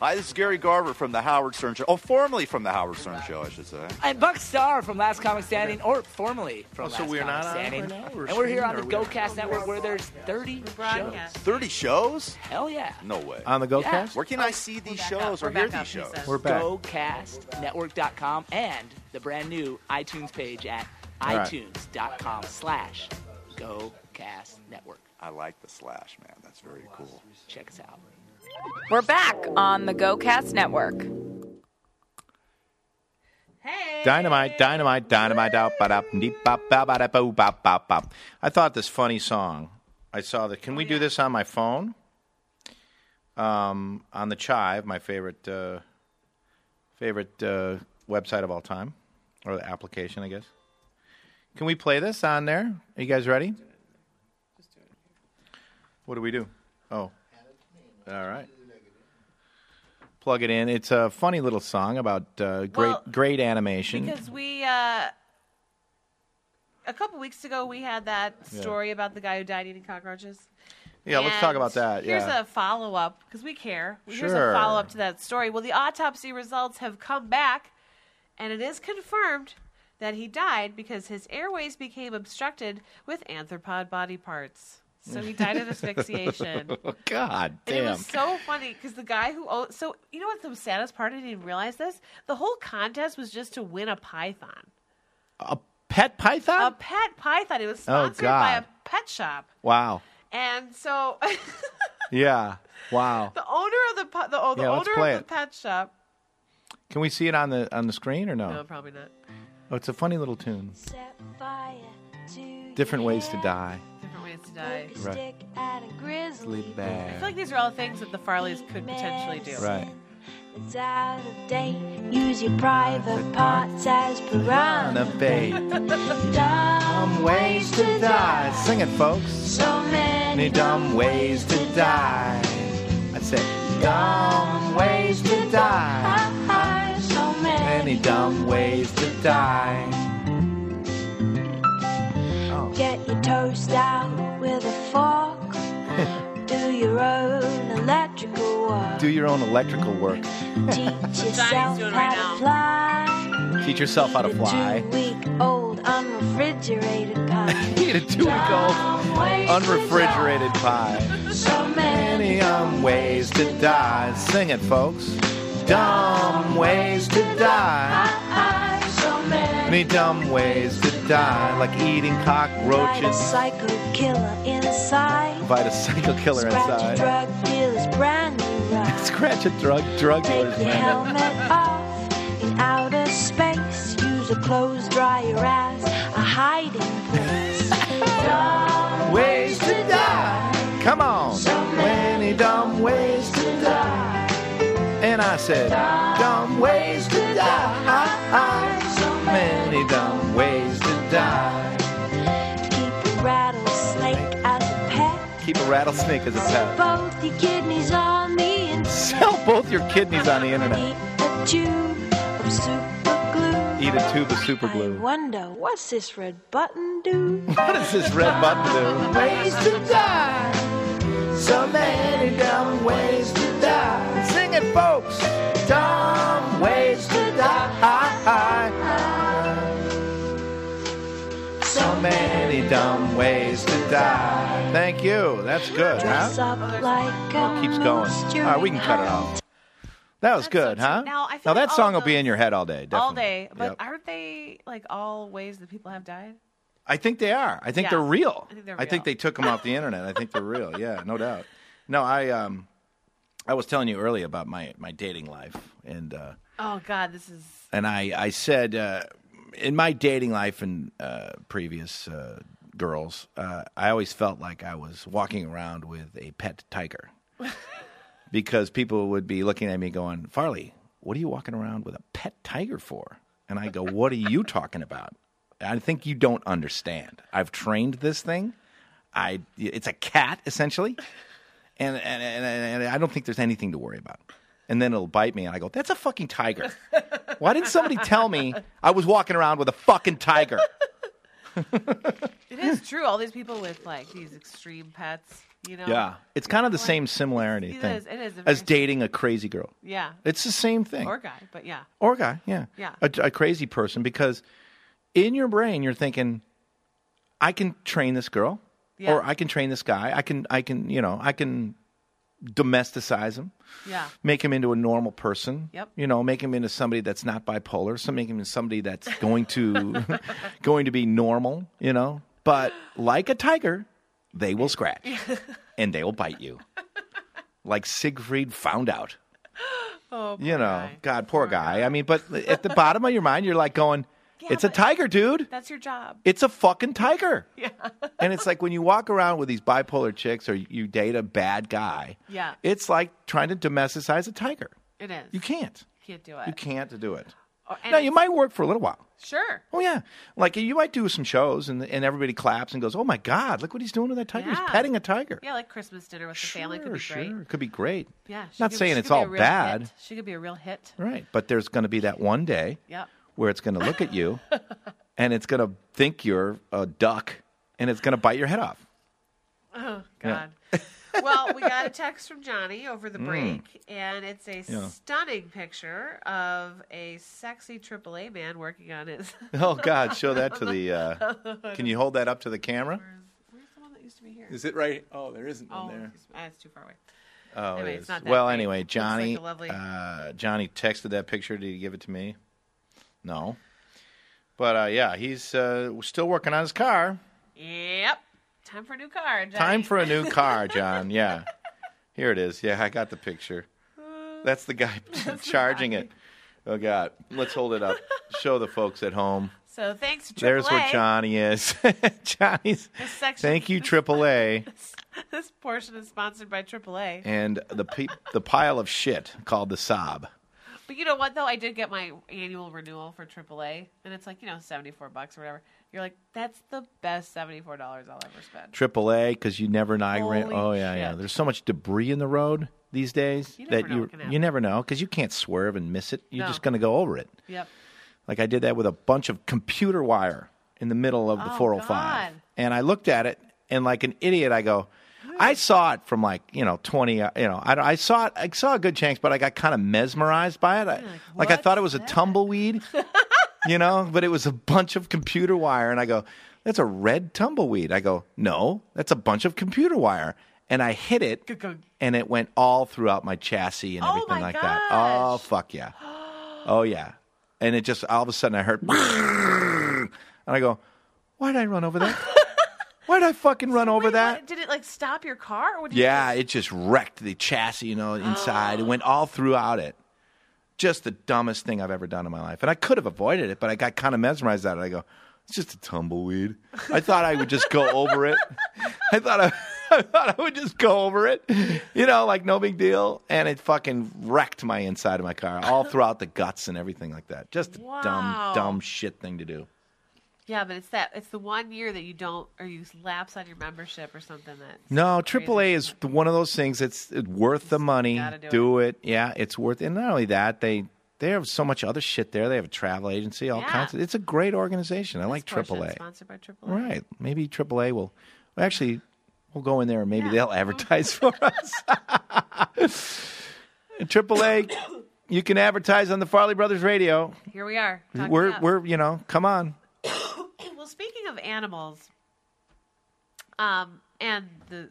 [SPEAKER 5] Hi, this is Gary Garver from the Howard Stern Show. Oh, formerly from the Howard Stern Show, I should say.
[SPEAKER 4] And Buck Starr from Last Comic Standing, or formerly from Last
[SPEAKER 2] Oh, so we're
[SPEAKER 4] Comic
[SPEAKER 2] not on
[SPEAKER 4] Standing.
[SPEAKER 2] right now? We're
[SPEAKER 4] and we're here on the
[SPEAKER 2] streaming, or we
[SPEAKER 4] GoCast Network where there's 30 shows.
[SPEAKER 3] Broadcast.
[SPEAKER 5] 30 shows?
[SPEAKER 4] Hell yeah.
[SPEAKER 5] No way.
[SPEAKER 2] on the go
[SPEAKER 4] Yeah.
[SPEAKER 2] cast,
[SPEAKER 5] Where can I see these
[SPEAKER 3] Back up.
[SPEAKER 5] shows
[SPEAKER 3] We're
[SPEAKER 5] or hear
[SPEAKER 3] back up,
[SPEAKER 5] these
[SPEAKER 3] he
[SPEAKER 5] shows?
[SPEAKER 3] says.
[SPEAKER 2] we're back."
[SPEAKER 4] GoCastNetwork.com and the brand new iTunes page at
[SPEAKER 2] All right.
[SPEAKER 4] iTunes.com slash GoCast Network.
[SPEAKER 5] I like the slash, man. That's very cool.
[SPEAKER 4] Check us out.
[SPEAKER 1] We're back on the GoCast Network.
[SPEAKER 3] Hey.
[SPEAKER 2] Dynamite, dynamite, dynamite, out, ba oh, da, deep, bop, bop, bop, bop, bop, bop, bop. I thought this funny song. I saw that. Can we do this on my phone? Um, on the Chive, my favorite, uh, favorite uh, website of all time, or the application, I guess. Can we play this on there? Are you guys ready? What do we do? Oh, all right. Plug it in. It's a funny little song about uh, great,
[SPEAKER 3] Well,
[SPEAKER 2] great animation.
[SPEAKER 3] Because we, uh, a couple weeks ago, we had that story about the guy who died eating cockroaches.
[SPEAKER 2] Yeah, let's talk
[SPEAKER 3] And
[SPEAKER 2] about that.
[SPEAKER 3] Here's
[SPEAKER 2] yeah.
[SPEAKER 3] a follow up because we care. Here's
[SPEAKER 2] Sure.
[SPEAKER 3] a follow up to that story. Well, the autopsy results have come back, and it is confirmed that he died because his airways became obstructed with anthropod body parts. So he died of asphyxiation.
[SPEAKER 2] oh, God
[SPEAKER 3] And It
[SPEAKER 2] damn.
[SPEAKER 3] was so funny because the guy who o- so you know what the saddest part I didn't even realize this the whole contest was just to win a python
[SPEAKER 2] a pet python?
[SPEAKER 3] a pet python it was
[SPEAKER 2] Oh,
[SPEAKER 3] sponsored by a
[SPEAKER 2] God.
[SPEAKER 3] pet shop
[SPEAKER 2] wow.
[SPEAKER 3] and so
[SPEAKER 2] Yeah. Wow.
[SPEAKER 3] the owner of the pu- the, oh, the
[SPEAKER 2] Yeah, let's
[SPEAKER 3] owner
[SPEAKER 2] play
[SPEAKER 3] of
[SPEAKER 2] it.
[SPEAKER 3] the pet shop
[SPEAKER 2] Can we see it on the on the screen or no?
[SPEAKER 3] no probably not
[SPEAKER 2] Oh, it's a funny little tune.
[SPEAKER 7] Set fire to
[SPEAKER 2] Different
[SPEAKER 7] your
[SPEAKER 2] ways to
[SPEAKER 7] hair.
[SPEAKER 2] die.
[SPEAKER 3] different ways to die
[SPEAKER 7] Poke a
[SPEAKER 2] Right.
[SPEAKER 7] stick at a grizzly
[SPEAKER 2] Sleep
[SPEAKER 7] bear.
[SPEAKER 3] I
[SPEAKER 2] back.
[SPEAKER 3] feel like these are all things that the Farleys could potentially do
[SPEAKER 2] Right.
[SPEAKER 7] It's out of date. Use your private parts as piranha. Dumb ways to die.
[SPEAKER 2] Sing it, folks.
[SPEAKER 7] So many dumb ways to die.
[SPEAKER 2] That's it. Dumb ways to die.
[SPEAKER 7] So many.
[SPEAKER 2] Many dumb ways to die.
[SPEAKER 7] Get your toast out with a fork. Do your own electrical work.
[SPEAKER 2] Do your own electrical work.
[SPEAKER 7] Teach yourself
[SPEAKER 3] doing right now.
[SPEAKER 7] how to fly.
[SPEAKER 2] Teach yourself how to
[SPEAKER 7] Eat a
[SPEAKER 2] fly.
[SPEAKER 7] Two-week-old unrefrigerated pie.
[SPEAKER 2] Eat a two week old
[SPEAKER 7] Dumb ways to
[SPEAKER 2] unrefrigerated pie.
[SPEAKER 7] die. So many
[SPEAKER 2] Many um ways to die. Sing it, folks. Dumb ways to die.
[SPEAKER 7] eyes. So many.
[SPEAKER 2] Many dumb ways to die, like eating
[SPEAKER 7] Try to
[SPEAKER 2] cockroaches.
[SPEAKER 7] psycho killer inside.
[SPEAKER 2] Invite a psycho killer
[SPEAKER 7] Scratch a
[SPEAKER 2] inside.
[SPEAKER 7] drug dealer's brand new ride.
[SPEAKER 2] Scratch a drug drug
[SPEAKER 7] Take
[SPEAKER 2] dealer's
[SPEAKER 7] your
[SPEAKER 2] man.
[SPEAKER 7] helmet off in outer space. Use a clothes dryer as a hiding place. Dumb
[SPEAKER 2] Ways to die. Come on. Many dumb ways to die. And I said, dumb ways to die. Many dumb ways to die.
[SPEAKER 7] Keep a rattlesnake as a pet.
[SPEAKER 2] Keep a rattlesnake as a
[SPEAKER 7] Sell
[SPEAKER 2] pet.
[SPEAKER 7] both your kidneys on the inside.
[SPEAKER 2] Sell both your kidneys on the internet.
[SPEAKER 7] Eat a tube of super glue.
[SPEAKER 2] Eat a tube of super
[SPEAKER 7] I
[SPEAKER 2] glue.
[SPEAKER 7] wonder what's this red button do?
[SPEAKER 2] What does this red button do? Ways to die. So many dumb ways to die. Sing it, folks. Dumb ways to die. So many dumb ways to die. Thank you. That's good,
[SPEAKER 7] Dress
[SPEAKER 2] huh?
[SPEAKER 7] up like a
[SPEAKER 2] Keeps going.
[SPEAKER 7] moose
[SPEAKER 2] All right, we can cut it
[SPEAKER 7] during
[SPEAKER 2] off. That was
[SPEAKER 3] That's
[SPEAKER 2] good,
[SPEAKER 3] so true.
[SPEAKER 2] huh?
[SPEAKER 3] Now, I feel like
[SPEAKER 2] that
[SPEAKER 3] all
[SPEAKER 2] song will
[SPEAKER 3] of
[SPEAKER 2] be
[SPEAKER 3] those-
[SPEAKER 2] in your head all day. Definitely.
[SPEAKER 3] all day but
[SPEAKER 2] Yep.
[SPEAKER 3] aren't they like all ways that people have died
[SPEAKER 2] I think they are. I think
[SPEAKER 3] Yeah.
[SPEAKER 2] they're real.
[SPEAKER 3] I think they're real.
[SPEAKER 2] they took them off the internet. I think they're real. Yeah, no doubt. No, I um, I was telling you earlier about my my dating life, and uh,
[SPEAKER 3] Oh God, this is
[SPEAKER 2] and I, I said uh, in my dating life and uh, previous uh, girls, uh, I always felt like I was walking around with a pet tiger because people would be looking at me going, Farley, what are you walking around with a pet tiger for? And I go, What are you talking about? I think you don't understand. I've trained this thing. I it's a cat essentially, and and, and and I don't think there's anything to worry about. And then it'll bite me, and I go, "That's a fucking tiger." Why didn't somebody tell me I was walking around with a fucking tiger?
[SPEAKER 3] it is true. All these people with like these extreme pets, you know.
[SPEAKER 2] it's kind of the same similarity
[SPEAKER 3] It
[SPEAKER 2] thing
[SPEAKER 3] is- it is a
[SPEAKER 2] as
[SPEAKER 3] very-
[SPEAKER 2] dating a crazy girl.
[SPEAKER 3] Yeah.
[SPEAKER 2] It's the same thing.
[SPEAKER 3] Or guy, but yeah.
[SPEAKER 2] or guy, yeah,
[SPEAKER 3] Yeah.
[SPEAKER 2] a, a crazy person because in your brain you're thinking, I can train this girl,
[SPEAKER 3] Yeah.
[SPEAKER 2] or I can train this guy. I can, I can, you know, I can domesticize him,
[SPEAKER 3] Yeah.
[SPEAKER 2] make him into a normal person.
[SPEAKER 3] Yep.
[SPEAKER 2] You know, make him into somebody that's not bipolar. So make him into somebody that's going to, going to be normal. You know, but like a tiger, they will scratch and they will bite you, like Siegfried found out
[SPEAKER 3] Oh,
[SPEAKER 2] you
[SPEAKER 3] poor
[SPEAKER 2] know,
[SPEAKER 3] guy.
[SPEAKER 2] God, poor, guy. I mean, but at the bottom of your mind, you're like going,
[SPEAKER 3] Yeah,
[SPEAKER 2] "It's a
[SPEAKER 3] but-
[SPEAKER 2] tiger, dude.
[SPEAKER 3] That's your job.
[SPEAKER 2] It's a fucking tiger." Yeah. and it's like when you walk around with these bipolar chicks or you date a bad guy.
[SPEAKER 3] Yeah.
[SPEAKER 2] It's like trying to domesticize a tiger.
[SPEAKER 3] It is.
[SPEAKER 2] You can't.
[SPEAKER 3] Can't do it.
[SPEAKER 2] You can't do it.
[SPEAKER 3] Or- and
[SPEAKER 2] Now you
[SPEAKER 3] it's-
[SPEAKER 2] might work for a little while.
[SPEAKER 3] Sure.
[SPEAKER 2] Oh yeah, like you might do some shows and and everybody claps and goes, "Oh my God, look what he's doing to that tiger.
[SPEAKER 3] Yeah.
[SPEAKER 2] He's petting a tiger."
[SPEAKER 3] Yeah, like Christmas dinner with the family could be
[SPEAKER 2] sure,
[SPEAKER 3] great.
[SPEAKER 2] Could be great.
[SPEAKER 3] Yeah. she
[SPEAKER 2] Not
[SPEAKER 3] could-
[SPEAKER 2] saying
[SPEAKER 3] she
[SPEAKER 2] it's
[SPEAKER 3] could be a
[SPEAKER 2] all
[SPEAKER 3] real
[SPEAKER 2] bad.
[SPEAKER 3] hit. She could be a real hit.
[SPEAKER 2] Right. But there's going to be that one day
[SPEAKER 3] Yep.
[SPEAKER 2] where it's going to look at you and it's going to think you're a duck and it's going to bite your head off.
[SPEAKER 3] God. well, we got a text from Johnny over the break, and it's a
[SPEAKER 2] Mm. Yeah.
[SPEAKER 3] stunning picture of a sexy AAA man working on his.
[SPEAKER 2] Oh, God. Show that to the. Uh, can you hold that up to the camera?
[SPEAKER 3] Where's the one that used to be here?
[SPEAKER 7] Is it right? Oh, there isn't
[SPEAKER 3] oh,
[SPEAKER 7] one there.
[SPEAKER 3] excuse me. Ah, it's too far away.
[SPEAKER 2] Oh,
[SPEAKER 3] Anyway,
[SPEAKER 2] it
[SPEAKER 3] it's
[SPEAKER 2] is.
[SPEAKER 3] not that
[SPEAKER 2] Well,
[SPEAKER 3] great.
[SPEAKER 2] anyway,
[SPEAKER 3] Looks like
[SPEAKER 2] Johnny.
[SPEAKER 3] a lovely-
[SPEAKER 2] uh, Johnny texted that picture. Did he give it to me? No. But uh, yeah, he's uh, still working on his car.
[SPEAKER 3] Yep. Time for a new car. Johnny.
[SPEAKER 2] Time for a new car, John. Yeah. Here it is. Yeah, I got the picture. That's the guy charging it. Oh God. Let's hold it up. Show the folks at home.
[SPEAKER 3] So thanks, to AAA.
[SPEAKER 2] There's where Johnny is. Johnny's
[SPEAKER 3] This section,
[SPEAKER 2] Thank you, AAA.
[SPEAKER 3] This portion is sponsored by AAA.
[SPEAKER 2] And the pe- the pile of shit called the sob.
[SPEAKER 3] But you know what though? I did get my annual renewal for AAA, and it's like you know seventy four bucks or whatever. You're like, that's the best seventy four dollars I'll ever spend.
[SPEAKER 2] AAA, because you never know.
[SPEAKER 3] Holy
[SPEAKER 2] oh yeah, yeah.
[SPEAKER 3] shit.
[SPEAKER 2] There's so much debris in the road these days
[SPEAKER 3] You never
[SPEAKER 2] that
[SPEAKER 3] know
[SPEAKER 2] you
[SPEAKER 3] what can happen.
[SPEAKER 2] you never know because you can't swerve and miss it. You're
[SPEAKER 3] No.
[SPEAKER 2] just gonna go over it.
[SPEAKER 3] Yep.
[SPEAKER 2] Like I did that with a bunch of computer wire in the middle of the
[SPEAKER 3] Oh,
[SPEAKER 2] 405.
[SPEAKER 3] God.
[SPEAKER 2] And I looked at it and like an idiot I go, I saw it from like, you know, 20, uh, you know, I, don't- I saw it, I saw a good chance, but I got kind of mesmerized by it. I, like, I thought it was a tumbleweed, you know, but it was a bunch of computer wire. And I go, that's a red tumbleweed. I go, no, that's a bunch of computer wire. And I hit it and it went all throughout my chassis and
[SPEAKER 3] Oh,
[SPEAKER 2] everything
[SPEAKER 3] my
[SPEAKER 2] like that. Oh,
[SPEAKER 3] gosh.
[SPEAKER 2] fuck yeah. Oh yeah. And it just all of a sudden I heard and I go, Why did I run over that? Why did I fucking run over
[SPEAKER 3] Wait,
[SPEAKER 2] that?
[SPEAKER 3] what? Did it like stop your car? Or what did
[SPEAKER 2] Yeah,
[SPEAKER 3] You
[SPEAKER 2] it just wrecked the chassis, you know, inside. It went all throughout it. Just the dumbest thing I've ever done in my life. And I could have avoided it, but I got kind of mesmerized at it. I go, it's just a tumbleweed. I thought I would just go over it. I thought I, I thought I would just go over it. You know, like no big deal. And it fucking wrecked my inside of my car, all throughout the guts and everything like that. Just a
[SPEAKER 3] Wow.
[SPEAKER 2] dumb, dumb shit thing to do.
[SPEAKER 3] yeah, but it's that. It's the one year that you don't or you lapse on your membership or something. That
[SPEAKER 2] No,
[SPEAKER 3] crazy.
[SPEAKER 2] AAA is th- one of those things that's it's worth the money.
[SPEAKER 3] gotta do
[SPEAKER 2] it. Yeah, it's worth. And not only that, they they have so much other shit there. They have a travel agency, all
[SPEAKER 3] Yeah.
[SPEAKER 2] kinds. of It's a great organization. I like
[SPEAKER 3] portion is
[SPEAKER 2] AAA.
[SPEAKER 3] sponsored by AAA.
[SPEAKER 2] Right? Maybe AAA will. Well, actually, we'll go in there and maybe
[SPEAKER 3] Yeah.
[SPEAKER 2] they'll advertise for us. AAA, you can advertise on the Farley Brothers Radio.
[SPEAKER 3] Here we are. talking
[SPEAKER 2] we're
[SPEAKER 3] about-
[SPEAKER 2] we're you know come on.
[SPEAKER 3] Well, speaking of animals, um, and the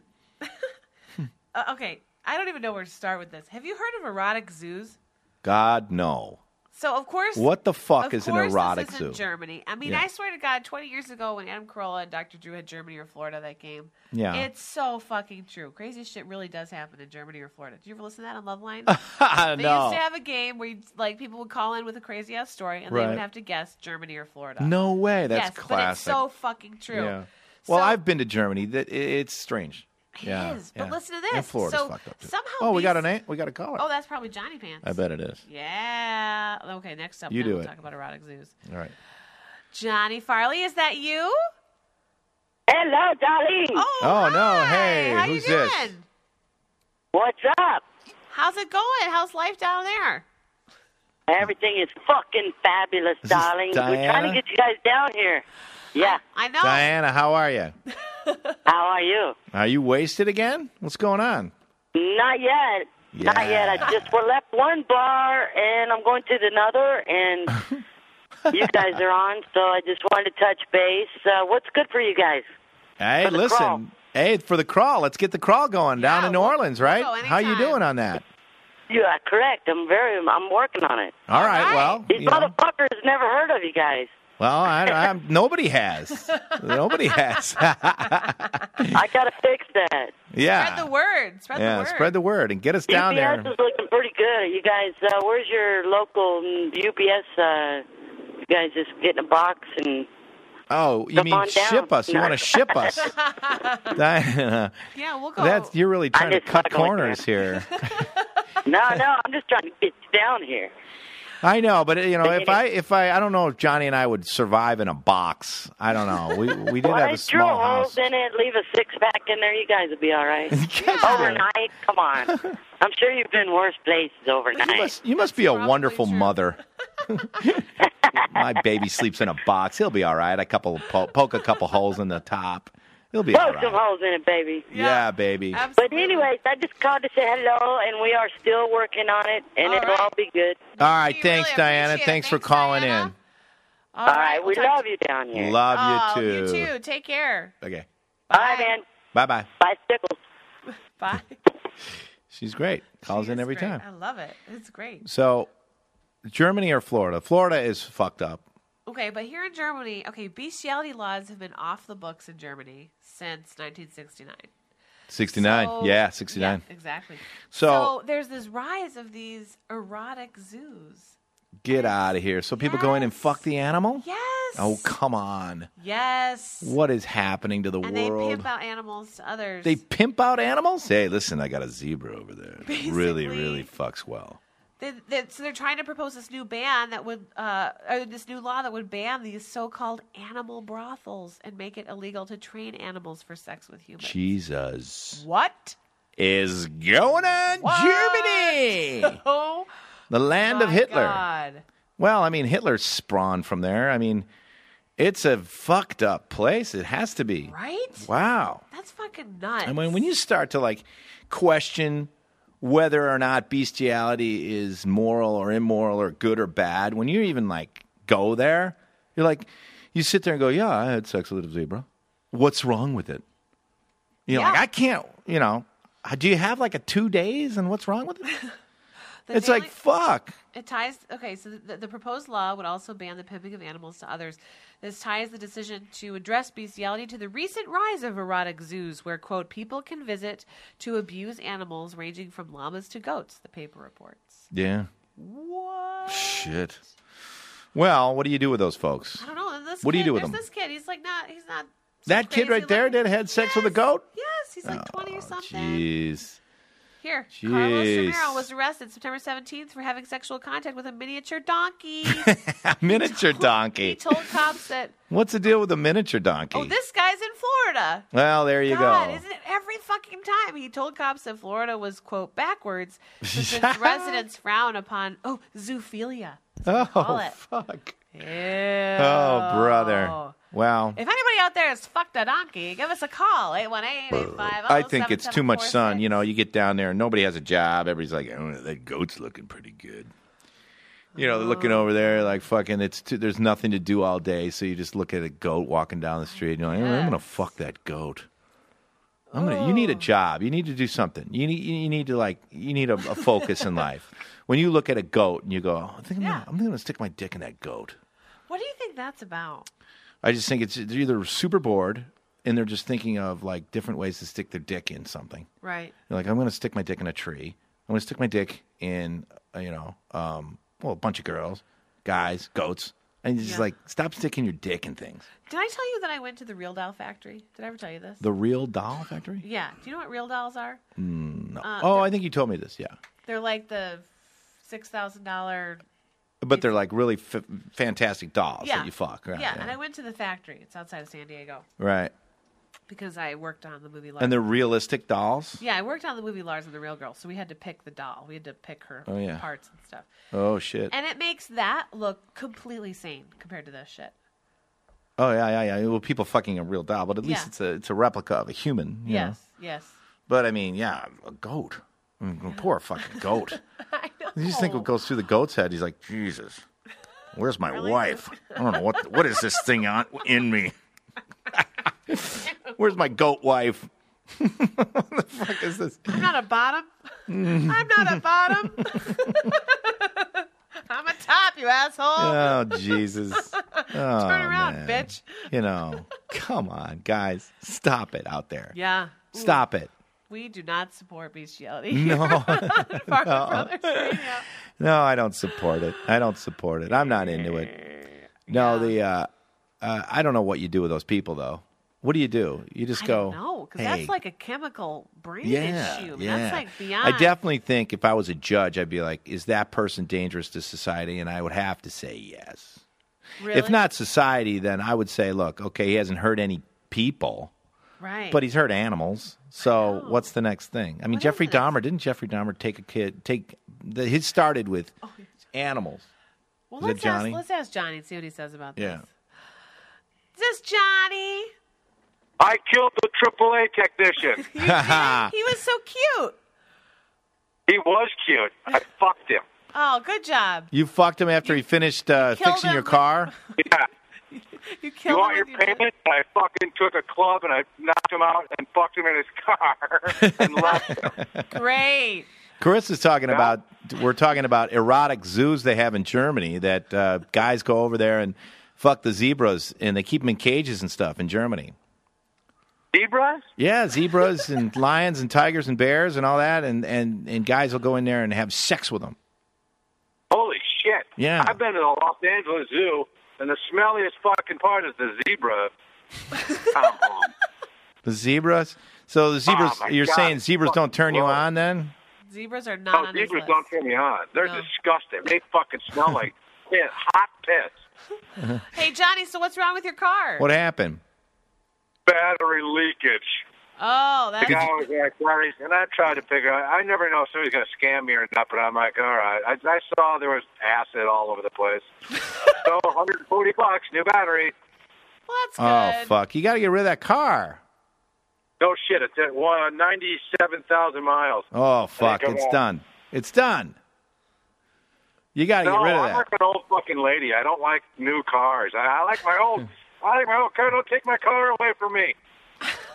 [SPEAKER 3] uh, okay, I don't even know where to start with this. Have you heard of erotic zoos?
[SPEAKER 2] God no.
[SPEAKER 3] So of course,
[SPEAKER 2] What the fuck
[SPEAKER 3] of
[SPEAKER 2] is an
[SPEAKER 3] course this
[SPEAKER 2] erotic
[SPEAKER 3] isn't
[SPEAKER 2] zoo?
[SPEAKER 3] Germany. I mean,
[SPEAKER 2] Yeah.
[SPEAKER 3] I swear to God, twenty years ago when Adam Carolla and Dr. Drew had Germany or Florida that game,
[SPEAKER 2] Yeah.
[SPEAKER 3] it's so fucking true. Crazy shit really does happen in Germany or Florida. Did you ever listen to that on Loveline?
[SPEAKER 2] I
[SPEAKER 3] They
[SPEAKER 2] know.
[SPEAKER 3] used to have a game where you'd, like people would call in with a crazy ass story, and they
[SPEAKER 2] Right.
[SPEAKER 3] would have to guess Germany or Florida.
[SPEAKER 2] no way.
[SPEAKER 3] yes,
[SPEAKER 2] That's
[SPEAKER 3] but it's
[SPEAKER 2] classic.
[SPEAKER 3] so fucking true.
[SPEAKER 2] Yeah. Well,
[SPEAKER 3] So-
[SPEAKER 2] I've been to Germany. That i- it's strange.
[SPEAKER 3] It
[SPEAKER 2] yeah,
[SPEAKER 3] is, but
[SPEAKER 2] yeah.
[SPEAKER 3] listen to this.
[SPEAKER 2] And Florida's
[SPEAKER 3] So
[SPEAKER 2] fucked up too.
[SPEAKER 3] somehow
[SPEAKER 2] oh, we got
[SPEAKER 3] these-
[SPEAKER 2] an a- we got a caller.
[SPEAKER 3] Oh, that's probably Johnny Pants.
[SPEAKER 2] I bet it is.
[SPEAKER 3] Yeah. Okay, next up,
[SPEAKER 2] You
[SPEAKER 3] then
[SPEAKER 2] do
[SPEAKER 3] we'll
[SPEAKER 2] it.
[SPEAKER 3] talk about erotic zoos.
[SPEAKER 2] All right.
[SPEAKER 3] Johnny Farley, is that you?
[SPEAKER 7] Hello, Darlene.
[SPEAKER 3] Oh,
[SPEAKER 2] Oh, no.
[SPEAKER 3] hi.
[SPEAKER 2] Hey,
[SPEAKER 3] How
[SPEAKER 2] who's
[SPEAKER 3] you doing?
[SPEAKER 2] this?
[SPEAKER 7] What's up?
[SPEAKER 3] How's it going? How's life down there?
[SPEAKER 7] Everything is fucking fabulous,
[SPEAKER 2] This is
[SPEAKER 7] darling. We're trying
[SPEAKER 2] Diana?
[SPEAKER 7] to get you guys down here. Yeah.
[SPEAKER 3] I know.
[SPEAKER 2] Diana, how are you?
[SPEAKER 7] How are you?
[SPEAKER 2] Are you wasted again? What's going on?
[SPEAKER 7] Not yet. Not
[SPEAKER 2] Yeah.
[SPEAKER 7] yet. I just well, left one bar and I'm going to another, and you guys are on. So I just wanted to touch base. Uh, what's good for you guys?
[SPEAKER 2] Hey,
[SPEAKER 7] For the
[SPEAKER 2] listen.
[SPEAKER 7] crawl.
[SPEAKER 2] Hey, for the crawl. Let's get the crawl going down
[SPEAKER 3] Yeah,
[SPEAKER 2] in New
[SPEAKER 3] we'll-
[SPEAKER 2] Orleans,
[SPEAKER 3] we'll
[SPEAKER 2] right?
[SPEAKER 3] go
[SPEAKER 2] how you
[SPEAKER 3] anytime.
[SPEAKER 2] doing on that?
[SPEAKER 7] You are correct. I'm very. I'm working on it.
[SPEAKER 2] All right.
[SPEAKER 3] right.
[SPEAKER 2] Well,
[SPEAKER 7] These
[SPEAKER 2] you know,
[SPEAKER 7] motherfuckers never heard of you guys.
[SPEAKER 2] well, I, I'm, nobody has. nobody has.
[SPEAKER 7] I gotta fix that.
[SPEAKER 2] yeah.
[SPEAKER 3] Spread the word. Spread
[SPEAKER 2] yeah.
[SPEAKER 3] the word.
[SPEAKER 2] Spread the word and get us down
[SPEAKER 7] UPS
[SPEAKER 2] there.
[SPEAKER 7] is looking pretty good. You guys, uh, where's your local mm, UPS? Uh, you guys just get in a box and
[SPEAKER 2] Oh, you
[SPEAKER 7] Come
[SPEAKER 2] mean
[SPEAKER 7] on down.
[SPEAKER 2] ship us? You want to ship us? Diana,
[SPEAKER 3] yeah, we'll go.
[SPEAKER 2] that's you're really trying to
[SPEAKER 7] just
[SPEAKER 2] cut
[SPEAKER 7] not going
[SPEAKER 2] corners here.
[SPEAKER 7] no, no, I'm just trying to get you down here.
[SPEAKER 2] I know, but you know,
[SPEAKER 7] But
[SPEAKER 2] if I if I I don't know if Johnny and I would survive in a box. I don't know. We we did
[SPEAKER 7] Why
[SPEAKER 2] have a
[SPEAKER 7] don't you drill
[SPEAKER 2] small
[SPEAKER 7] holes
[SPEAKER 2] house.
[SPEAKER 7] in it, leave a six pack in there. You guys will be all right. Overnight, come on. I'm sure you've been worse places
[SPEAKER 2] You
[SPEAKER 7] overnight.
[SPEAKER 2] must, you must be a
[SPEAKER 3] probably
[SPEAKER 2] wonderful
[SPEAKER 3] true.
[SPEAKER 2] mother. My baby sleeps in a box. He'll be all right. A couple po- poke a couple holes in the top. He'll be all
[SPEAKER 7] Poke some
[SPEAKER 2] right.
[SPEAKER 7] holes in it, baby.
[SPEAKER 2] Yeah, baby.
[SPEAKER 7] But anyways, I just called to say hello, and we are still working on it, and
[SPEAKER 3] All
[SPEAKER 7] it'll
[SPEAKER 3] right.
[SPEAKER 7] all be good.
[SPEAKER 2] All right,
[SPEAKER 3] We really
[SPEAKER 2] thanks, Diana.
[SPEAKER 3] appreciate it.
[SPEAKER 2] Thanks for
[SPEAKER 3] Thanks,
[SPEAKER 2] calling
[SPEAKER 3] Diana.
[SPEAKER 7] All right, we love
[SPEAKER 3] you.
[SPEAKER 7] you down here.
[SPEAKER 2] in. Love
[SPEAKER 3] oh,
[SPEAKER 2] you too.
[SPEAKER 3] You too. Take care.
[SPEAKER 2] Okay,
[SPEAKER 7] all right, man.
[SPEAKER 2] bye bye.
[SPEAKER 7] Bye, Stickles.
[SPEAKER 3] Bye.
[SPEAKER 2] She's great. Calls in
[SPEAKER 3] It's
[SPEAKER 2] every
[SPEAKER 3] great.
[SPEAKER 2] time.
[SPEAKER 3] I love it. It's great.
[SPEAKER 2] So, Germany or Florida? Florida is fucked up.
[SPEAKER 3] Okay, but here in Germany, okay, bestiality laws have been off the books in Germany since 1969.
[SPEAKER 2] 69.
[SPEAKER 3] So-
[SPEAKER 2] yeah, 69.
[SPEAKER 3] Yeah, exactly.
[SPEAKER 2] So-
[SPEAKER 3] so there's this rise of these erotic zoos.
[SPEAKER 2] Get out of here. So people go in and
[SPEAKER 3] Yes.
[SPEAKER 2] fuck the animal?
[SPEAKER 3] Yes.
[SPEAKER 2] Oh, come on.
[SPEAKER 3] Yes.
[SPEAKER 2] What is happening to the
[SPEAKER 3] And
[SPEAKER 2] world?
[SPEAKER 3] they pimp out animals to others.
[SPEAKER 2] They pimp out animals? Hey, listen, I got a zebra over there. It Really,
[SPEAKER 3] Basically.
[SPEAKER 2] really fucks well.
[SPEAKER 3] They- they- so they're trying to propose this new ban that would, uh, or this new law that would ban these so-called animal brothels and make it illegal to train animals for sex with humans.
[SPEAKER 2] Jesus
[SPEAKER 3] What?
[SPEAKER 2] is going on Germany,
[SPEAKER 3] Oh,
[SPEAKER 2] the land of
[SPEAKER 3] my
[SPEAKER 2] Hitler.
[SPEAKER 3] God.
[SPEAKER 2] Well, I mean, Hitler spawned from there. I mean, it's a fucked up place. It has to be.
[SPEAKER 3] Right?
[SPEAKER 2] Wow.
[SPEAKER 3] That's fucking nuts.
[SPEAKER 2] I mean, when you start to like question whether or not bestiality is moral or immoral or good or bad, when you even like go there, you're like, you sit there and go, yeah, I had sex with a zebra. What's wrong with it? You know, like
[SPEAKER 3] Yeah.
[SPEAKER 2] I can't. You know, do you have like a two days and what's wrong with it?
[SPEAKER 3] The
[SPEAKER 2] it's like
[SPEAKER 3] daily-
[SPEAKER 2] fuck.
[SPEAKER 3] It ties. Okay, so the, the proposed law would also ban the pimping of animals to others. This ties the decision to address bestiality to the recent rise of erotic zoos, where quote people can visit to abuse animals, ranging from llamas to goats. The paper reports.
[SPEAKER 2] Yeah.
[SPEAKER 3] What?
[SPEAKER 2] Shit. Well, what do you do with those folks?
[SPEAKER 3] I don't know. And This
[SPEAKER 2] What do you
[SPEAKER 3] kid-
[SPEAKER 2] do with
[SPEAKER 3] there's
[SPEAKER 2] them?
[SPEAKER 3] This kid, he's like not. He's not. some
[SPEAKER 2] That kid right
[SPEAKER 3] crazy
[SPEAKER 2] there
[SPEAKER 3] looking-
[SPEAKER 2] that had sex with a Oh,
[SPEAKER 3] Yes.
[SPEAKER 2] goat?
[SPEAKER 3] Yes, he's like 20 or something.
[SPEAKER 2] Jeez.
[SPEAKER 3] Here, Carlos
[SPEAKER 2] Jeez.
[SPEAKER 3] Romero was arrested September 17th for having sexual contact with a miniature donkey.
[SPEAKER 2] A miniature
[SPEAKER 3] he
[SPEAKER 2] donkey.
[SPEAKER 3] told cops that,
[SPEAKER 2] What's the deal with a miniature donkey?
[SPEAKER 3] oh, this guy's in Florida.
[SPEAKER 2] Well, there you
[SPEAKER 3] God,
[SPEAKER 2] go.
[SPEAKER 3] isn't it every fucking time he told cops that Florida was quote backwards since residents frown upon oh zoophilia.
[SPEAKER 2] oh,
[SPEAKER 3] call it?
[SPEAKER 2] fuck.
[SPEAKER 3] Ew.
[SPEAKER 2] Oh, brother. Wow.
[SPEAKER 3] If anybody out there has fucked a donkey, give us a call 818
[SPEAKER 2] I think it's too much sun. You know, you get down there and nobody has a job. Everybody's like, oh, that goat's looking pretty good. You know, they're looking over there like fucking. It's too, there's nothing to do all day, so you just look at a goat walking down the street. and You're like, "Oh, I'm gonna fuck that goat. I'm gonna. You need a job. You need to do something. You need. You need to like. You need a, a focus in life. when you look at a goat and you go, I think I'm,
[SPEAKER 3] Yeah.
[SPEAKER 2] gonna, I'm gonna stick my dick in that goat.
[SPEAKER 3] What do you think that's about?
[SPEAKER 2] I just think it's they're either super bored and they're just thinking of like different ways to stick their dick in something.
[SPEAKER 3] Right.
[SPEAKER 2] You're like, I'm going to stick my dick in a tree. I'm going to stick my dick in, uh, you know, um, well, a bunch of girls, guys, goats. And he's just
[SPEAKER 3] Yeah.
[SPEAKER 2] like, stop sticking your dick in things.
[SPEAKER 3] Did I tell you that I went to the Real Doll Factory? Did I ever tell you this?
[SPEAKER 2] The real doll factory?
[SPEAKER 3] yeah. Do you know what Real Dolls are? Uh,
[SPEAKER 2] oh, I think you told me this. Yeah.
[SPEAKER 3] They're like the six thousand dollar.
[SPEAKER 2] But they're like really f- fantastic dolls
[SPEAKER 3] Yeah.
[SPEAKER 2] that you fuck. Right.
[SPEAKER 3] yeah, and I went to the factory. It's outside of San Diego
[SPEAKER 2] right.
[SPEAKER 3] because I worked on the movie. Lars.
[SPEAKER 2] And they're realistic dolls?
[SPEAKER 3] Yeah, I worked on the movie Lars and the Real Girl, so we had to pick the doll. We had to pick her
[SPEAKER 2] Oh, yeah.
[SPEAKER 3] parts and stuff.
[SPEAKER 2] Oh, shit.
[SPEAKER 3] And it makes that look completely sane compared to this shit.
[SPEAKER 2] oh, yeah, yeah, yeah. Well, people fucking a real doll, but at least
[SPEAKER 3] Yeah.
[SPEAKER 2] it's a it's a replica of a human. you know?
[SPEAKER 3] Yes, yes.
[SPEAKER 2] But I mean, yeah, a goat. I mean, poor fucking goat.
[SPEAKER 3] I know.
[SPEAKER 2] You just think what goes through the goat's head? He's like, Jesus, where's my wife? I don't know what what is this thing on in me. where's my goat wife? what the fuck is this?
[SPEAKER 3] I'm not a bottom.
[SPEAKER 2] Mm.
[SPEAKER 3] I'm not a bottom. I'm a top, you asshole.
[SPEAKER 2] Oh Jesus! Oh,
[SPEAKER 3] Turn around,
[SPEAKER 2] man.
[SPEAKER 3] bitch.
[SPEAKER 2] You know, come on, guys, stop it out there.
[SPEAKER 3] Yeah. Ooh,
[SPEAKER 2] Stop it.
[SPEAKER 3] We do not support bestiality. No. Farmer Brothers Radio.
[SPEAKER 2] No, I don't support it. I don't support it. I'm not into it. No, the uh, uh, I don't know what you do with those people though. What do you do? You just
[SPEAKER 3] I
[SPEAKER 2] go.
[SPEAKER 3] don't know, because
[SPEAKER 2] "Hey,
[SPEAKER 3] that's like a chemical brain
[SPEAKER 2] yeah,
[SPEAKER 3] issue.
[SPEAKER 2] Yeah.
[SPEAKER 3] That's like beyond.
[SPEAKER 2] I definitely think if I was a judge, I'd be like, is that person dangerous to society? And I would have to say yes.
[SPEAKER 3] really?
[SPEAKER 2] If not society, then I would say, look, okay, he hasn't hurt any people,
[SPEAKER 3] right?
[SPEAKER 2] but he's hurt animals. So what's the next thing? I mean,
[SPEAKER 3] What is
[SPEAKER 2] Jeffrey
[SPEAKER 3] it?
[SPEAKER 2] Dahmer, didn't Jeffrey Dahmer take a kid, take, the, his started with
[SPEAKER 3] Oh,
[SPEAKER 2] animals.
[SPEAKER 3] well,
[SPEAKER 2] is it
[SPEAKER 3] let's
[SPEAKER 2] Johnny?
[SPEAKER 3] ask let's ask Johnny and see what he says about
[SPEAKER 2] Yeah.
[SPEAKER 3] this. Is this Johnny?
[SPEAKER 5] I killed the AAA technician.
[SPEAKER 3] You did? he was so cute.
[SPEAKER 5] He was cute. I fucked him.
[SPEAKER 3] Oh, good job.
[SPEAKER 2] You fucked him after he finished uh,
[SPEAKER 3] killed
[SPEAKER 2] fixing
[SPEAKER 3] him
[SPEAKER 2] your
[SPEAKER 3] with-
[SPEAKER 2] car?
[SPEAKER 5] Yeah.
[SPEAKER 3] You killed
[SPEAKER 5] You
[SPEAKER 3] him
[SPEAKER 5] want your
[SPEAKER 3] with your
[SPEAKER 5] payment? And I fucking took a club and I knocked him out and fucked him in his car and left him.
[SPEAKER 3] Great.
[SPEAKER 2] Carissa's talking about we're talking about erotic zoos they have in Germany that uh, guys go over there and fuck the zebras and they keep them in cages and stuff in Germany.
[SPEAKER 5] Zebras?
[SPEAKER 2] Yeah, zebras and lions and tigers and bears and all that, and, and, and guys will go in there and have sex with them.
[SPEAKER 5] Holy shit.
[SPEAKER 2] Yeah.
[SPEAKER 5] I've been to the Los Angeles Zoo, and the smelliest fucking part is the zebra. compound.
[SPEAKER 2] The zebras. So the zebras,
[SPEAKER 5] Oh my
[SPEAKER 2] you're
[SPEAKER 5] God.
[SPEAKER 2] saying zebras don't turn you
[SPEAKER 5] Whoa.
[SPEAKER 2] on then?
[SPEAKER 3] Zebras are
[SPEAKER 5] No,
[SPEAKER 3] not on his
[SPEAKER 5] Oh, zebras
[SPEAKER 3] list.
[SPEAKER 5] don't turn me on. They're
[SPEAKER 3] No.
[SPEAKER 5] disgusting. They fucking smell like piss, hot piss.
[SPEAKER 3] Hey, Johnny. So what's wrong with your car?
[SPEAKER 2] What happened?
[SPEAKER 5] Battery leakage.
[SPEAKER 3] Oh,
[SPEAKER 5] The guy
[SPEAKER 3] that's
[SPEAKER 5] was like, "Sorry," and I tried to figure out. I never know if somebody's going to scam me or not, but I'm like, all right. I, I saw there was acid all over the place. so 140 bucks, new battery.
[SPEAKER 3] well, that's
[SPEAKER 2] Oh,
[SPEAKER 3] good.
[SPEAKER 2] fuck. You got to get rid of that car.
[SPEAKER 5] No shit, it's at one- 97,000 miles.
[SPEAKER 2] Oh, fuck.
[SPEAKER 5] go
[SPEAKER 2] It's
[SPEAKER 5] back.
[SPEAKER 2] done. It's done. You got to
[SPEAKER 5] no,
[SPEAKER 2] get rid of
[SPEAKER 5] I'm
[SPEAKER 2] that.
[SPEAKER 5] like an old fucking lady. I don't like new cars. I, I like my old. I like my old car. Don't take my car away from me.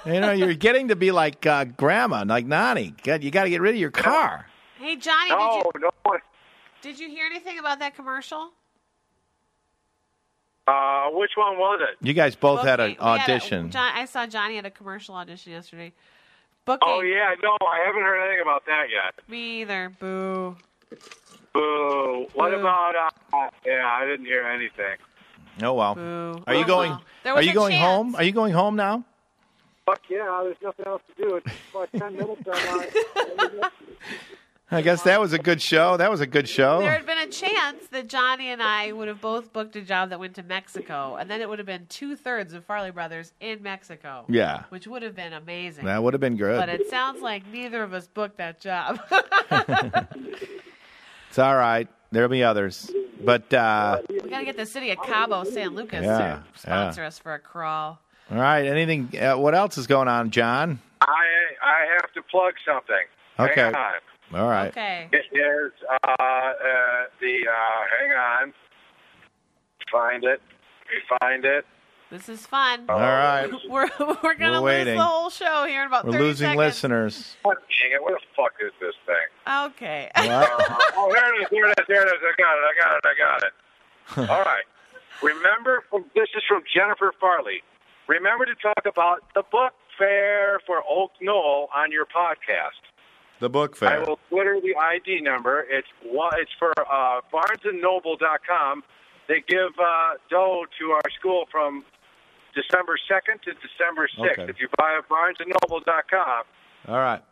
[SPEAKER 2] You know, you're getting to be like uh, grandma, like Nani. God, you got to get rid of your car.
[SPEAKER 3] Hey, Johnny.
[SPEAKER 5] No, no. one-
[SPEAKER 3] Did you did you hear anything about that commercial?
[SPEAKER 5] Uh, which one was it?
[SPEAKER 2] You guys both had
[SPEAKER 3] Booking.
[SPEAKER 2] an
[SPEAKER 3] We
[SPEAKER 2] audition.
[SPEAKER 3] John, I saw Johnny at a commercial audition yesterday. Booking.
[SPEAKER 5] Oh yeah, no, I haven't heard anything about that yet.
[SPEAKER 3] Me either. Boo.
[SPEAKER 5] Boo. What
[SPEAKER 3] Boo.
[SPEAKER 5] about? Uh, yeah, I didn't hear anything.
[SPEAKER 2] oh well.
[SPEAKER 3] Boo.
[SPEAKER 2] Are you
[SPEAKER 3] Oh,
[SPEAKER 2] going?
[SPEAKER 3] well. There
[SPEAKER 2] Are
[SPEAKER 3] was
[SPEAKER 2] you
[SPEAKER 3] a
[SPEAKER 2] going
[SPEAKER 3] chance.
[SPEAKER 2] home? Are you going home now?
[SPEAKER 5] Fuck yeah, there's nothing else to do. It's like 10 minutes on
[SPEAKER 2] I guess that was a good show. That was a good
[SPEAKER 5] Oh.
[SPEAKER 2] show.
[SPEAKER 3] There had been a chance that Johnny and I would have both booked a job that went to Mexico, and then it would have been two thirds of Farley Brothers in Mexico.
[SPEAKER 2] Yeah.
[SPEAKER 3] Which would have been amazing.
[SPEAKER 2] That would have been good.
[SPEAKER 3] But it sounds like neither of us booked that job.
[SPEAKER 2] it's all right. There'll be others. But uh,
[SPEAKER 3] we got to get the city of Cabo San Lucas
[SPEAKER 2] Yeah,
[SPEAKER 3] to sponsor us for a crawl.
[SPEAKER 2] all right. Anything? Uh, what else is going on, John?
[SPEAKER 5] I, I have to plug something.
[SPEAKER 2] Okay.
[SPEAKER 5] Hang on.
[SPEAKER 2] All right.
[SPEAKER 3] Okay.
[SPEAKER 5] It is uh, uh, the, uh, hang on. Find it. Find it.
[SPEAKER 3] This is fun.
[SPEAKER 2] All right.
[SPEAKER 3] We're we're gonna lose
[SPEAKER 2] waiting.
[SPEAKER 3] the whole show here in about
[SPEAKER 2] We're
[SPEAKER 3] 30
[SPEAKER 2] losing
[SPEAKER 3] seconds.
[SPEAKER 2] listeners.
[SPEAKER 5] Fuck, dang it, where the fuck is this thing?
[SPEAKER 3] Okay.
[SPEAKER 2] What?
[SPEAKER 5] oh, there it is, there it is, there it is. I got it, I got it, I got it. All right. Remember, from, this is from Jennifer Farley. Remember to talk about the book fair for Oak Knoll on your podcast.
[SPEAKER 2] The book
[SPEAKER 5] I
[SPEAKER 2] fair.
[SPEAKER 5] will Twitter the ID number. It's wa- it's for uh, BarnesandNoble.com. They give uh, dough to our school from December 2nd to December 6th.
[SPEAKER 2] Okay.
[SPEAKER 5] If you buy at BarnesandNoble.com,
[SPEAKER 2] All right.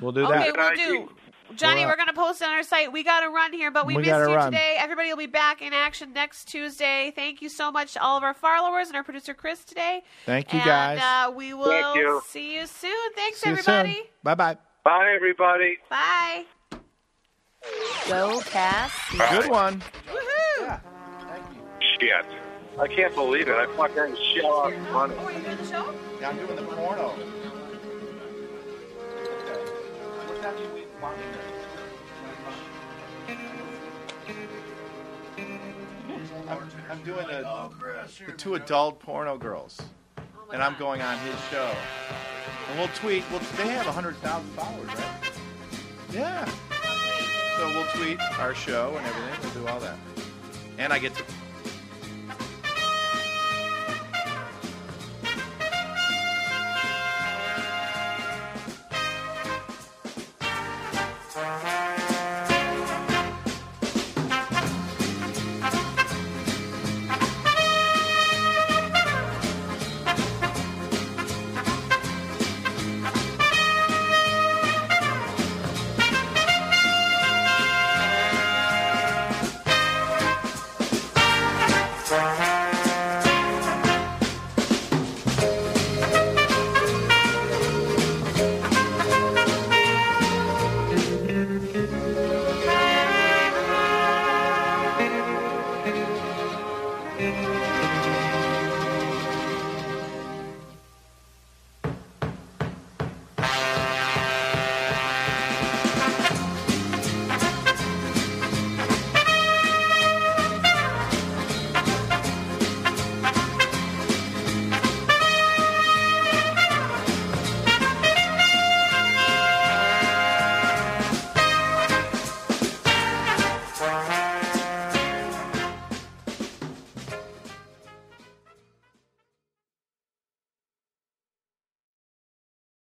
[SPEAKER 2] We'll do
[SPEAKER 3] Okay,
[SPEAKER 2] that.
[SPEAKER 3] we'll do. Johnny,
[SPEAKER 2] We're
[SPEAKER 3] we're,
[SPEAKER 2] up.
[SPEAKER 3] going to post it on our site. We got to run here, but we,
[SPEAKER 2] We
[SPEAKER 3] missed
[SPEAKER 2] gotta
[SPEAKER 3] you
[SPEAKER 2] run.
[SPEAKER 3] today. Everybody will be back in action next Tuesday. Thank you so much to all of our followers and our producer, Chris, today.
[SPEAKER 2] Thank you,
[SPEAKER 3] and,
[SPEAKER 2] guys.
[SPEAKER 3] Uh, we will
[SPEAKER 5] you.
[SPEAKER 3] see you soon. Thanks,
[SPEAKER 2] See you
[SPEAKER 3] everybody.
[SPEAKER 2] soon. Bye bye.
[SPEAKER 5] bye everybody.
[SPEAKER 3] Bye.
[SPEAKER 1] Go Cast.
[SPEAKER 2] Good one.
[SPEAKER 3] Woohoo.
[SPEAKER 5] Shit, I can't believe it. I fucking shit off money.
[SPEAKER 3] Oh, are you doing the show?
[SPEAKER 2] I'm doing the porno. I'm, I'm doing the, the two adult porno girls, and I'm going on his show. And we'll tweet. Well, they have 100,000 followers, right? Yeah. So we'll tweet our show and everything. We'll do all that. And I get to
[SPEAKER 3] Thank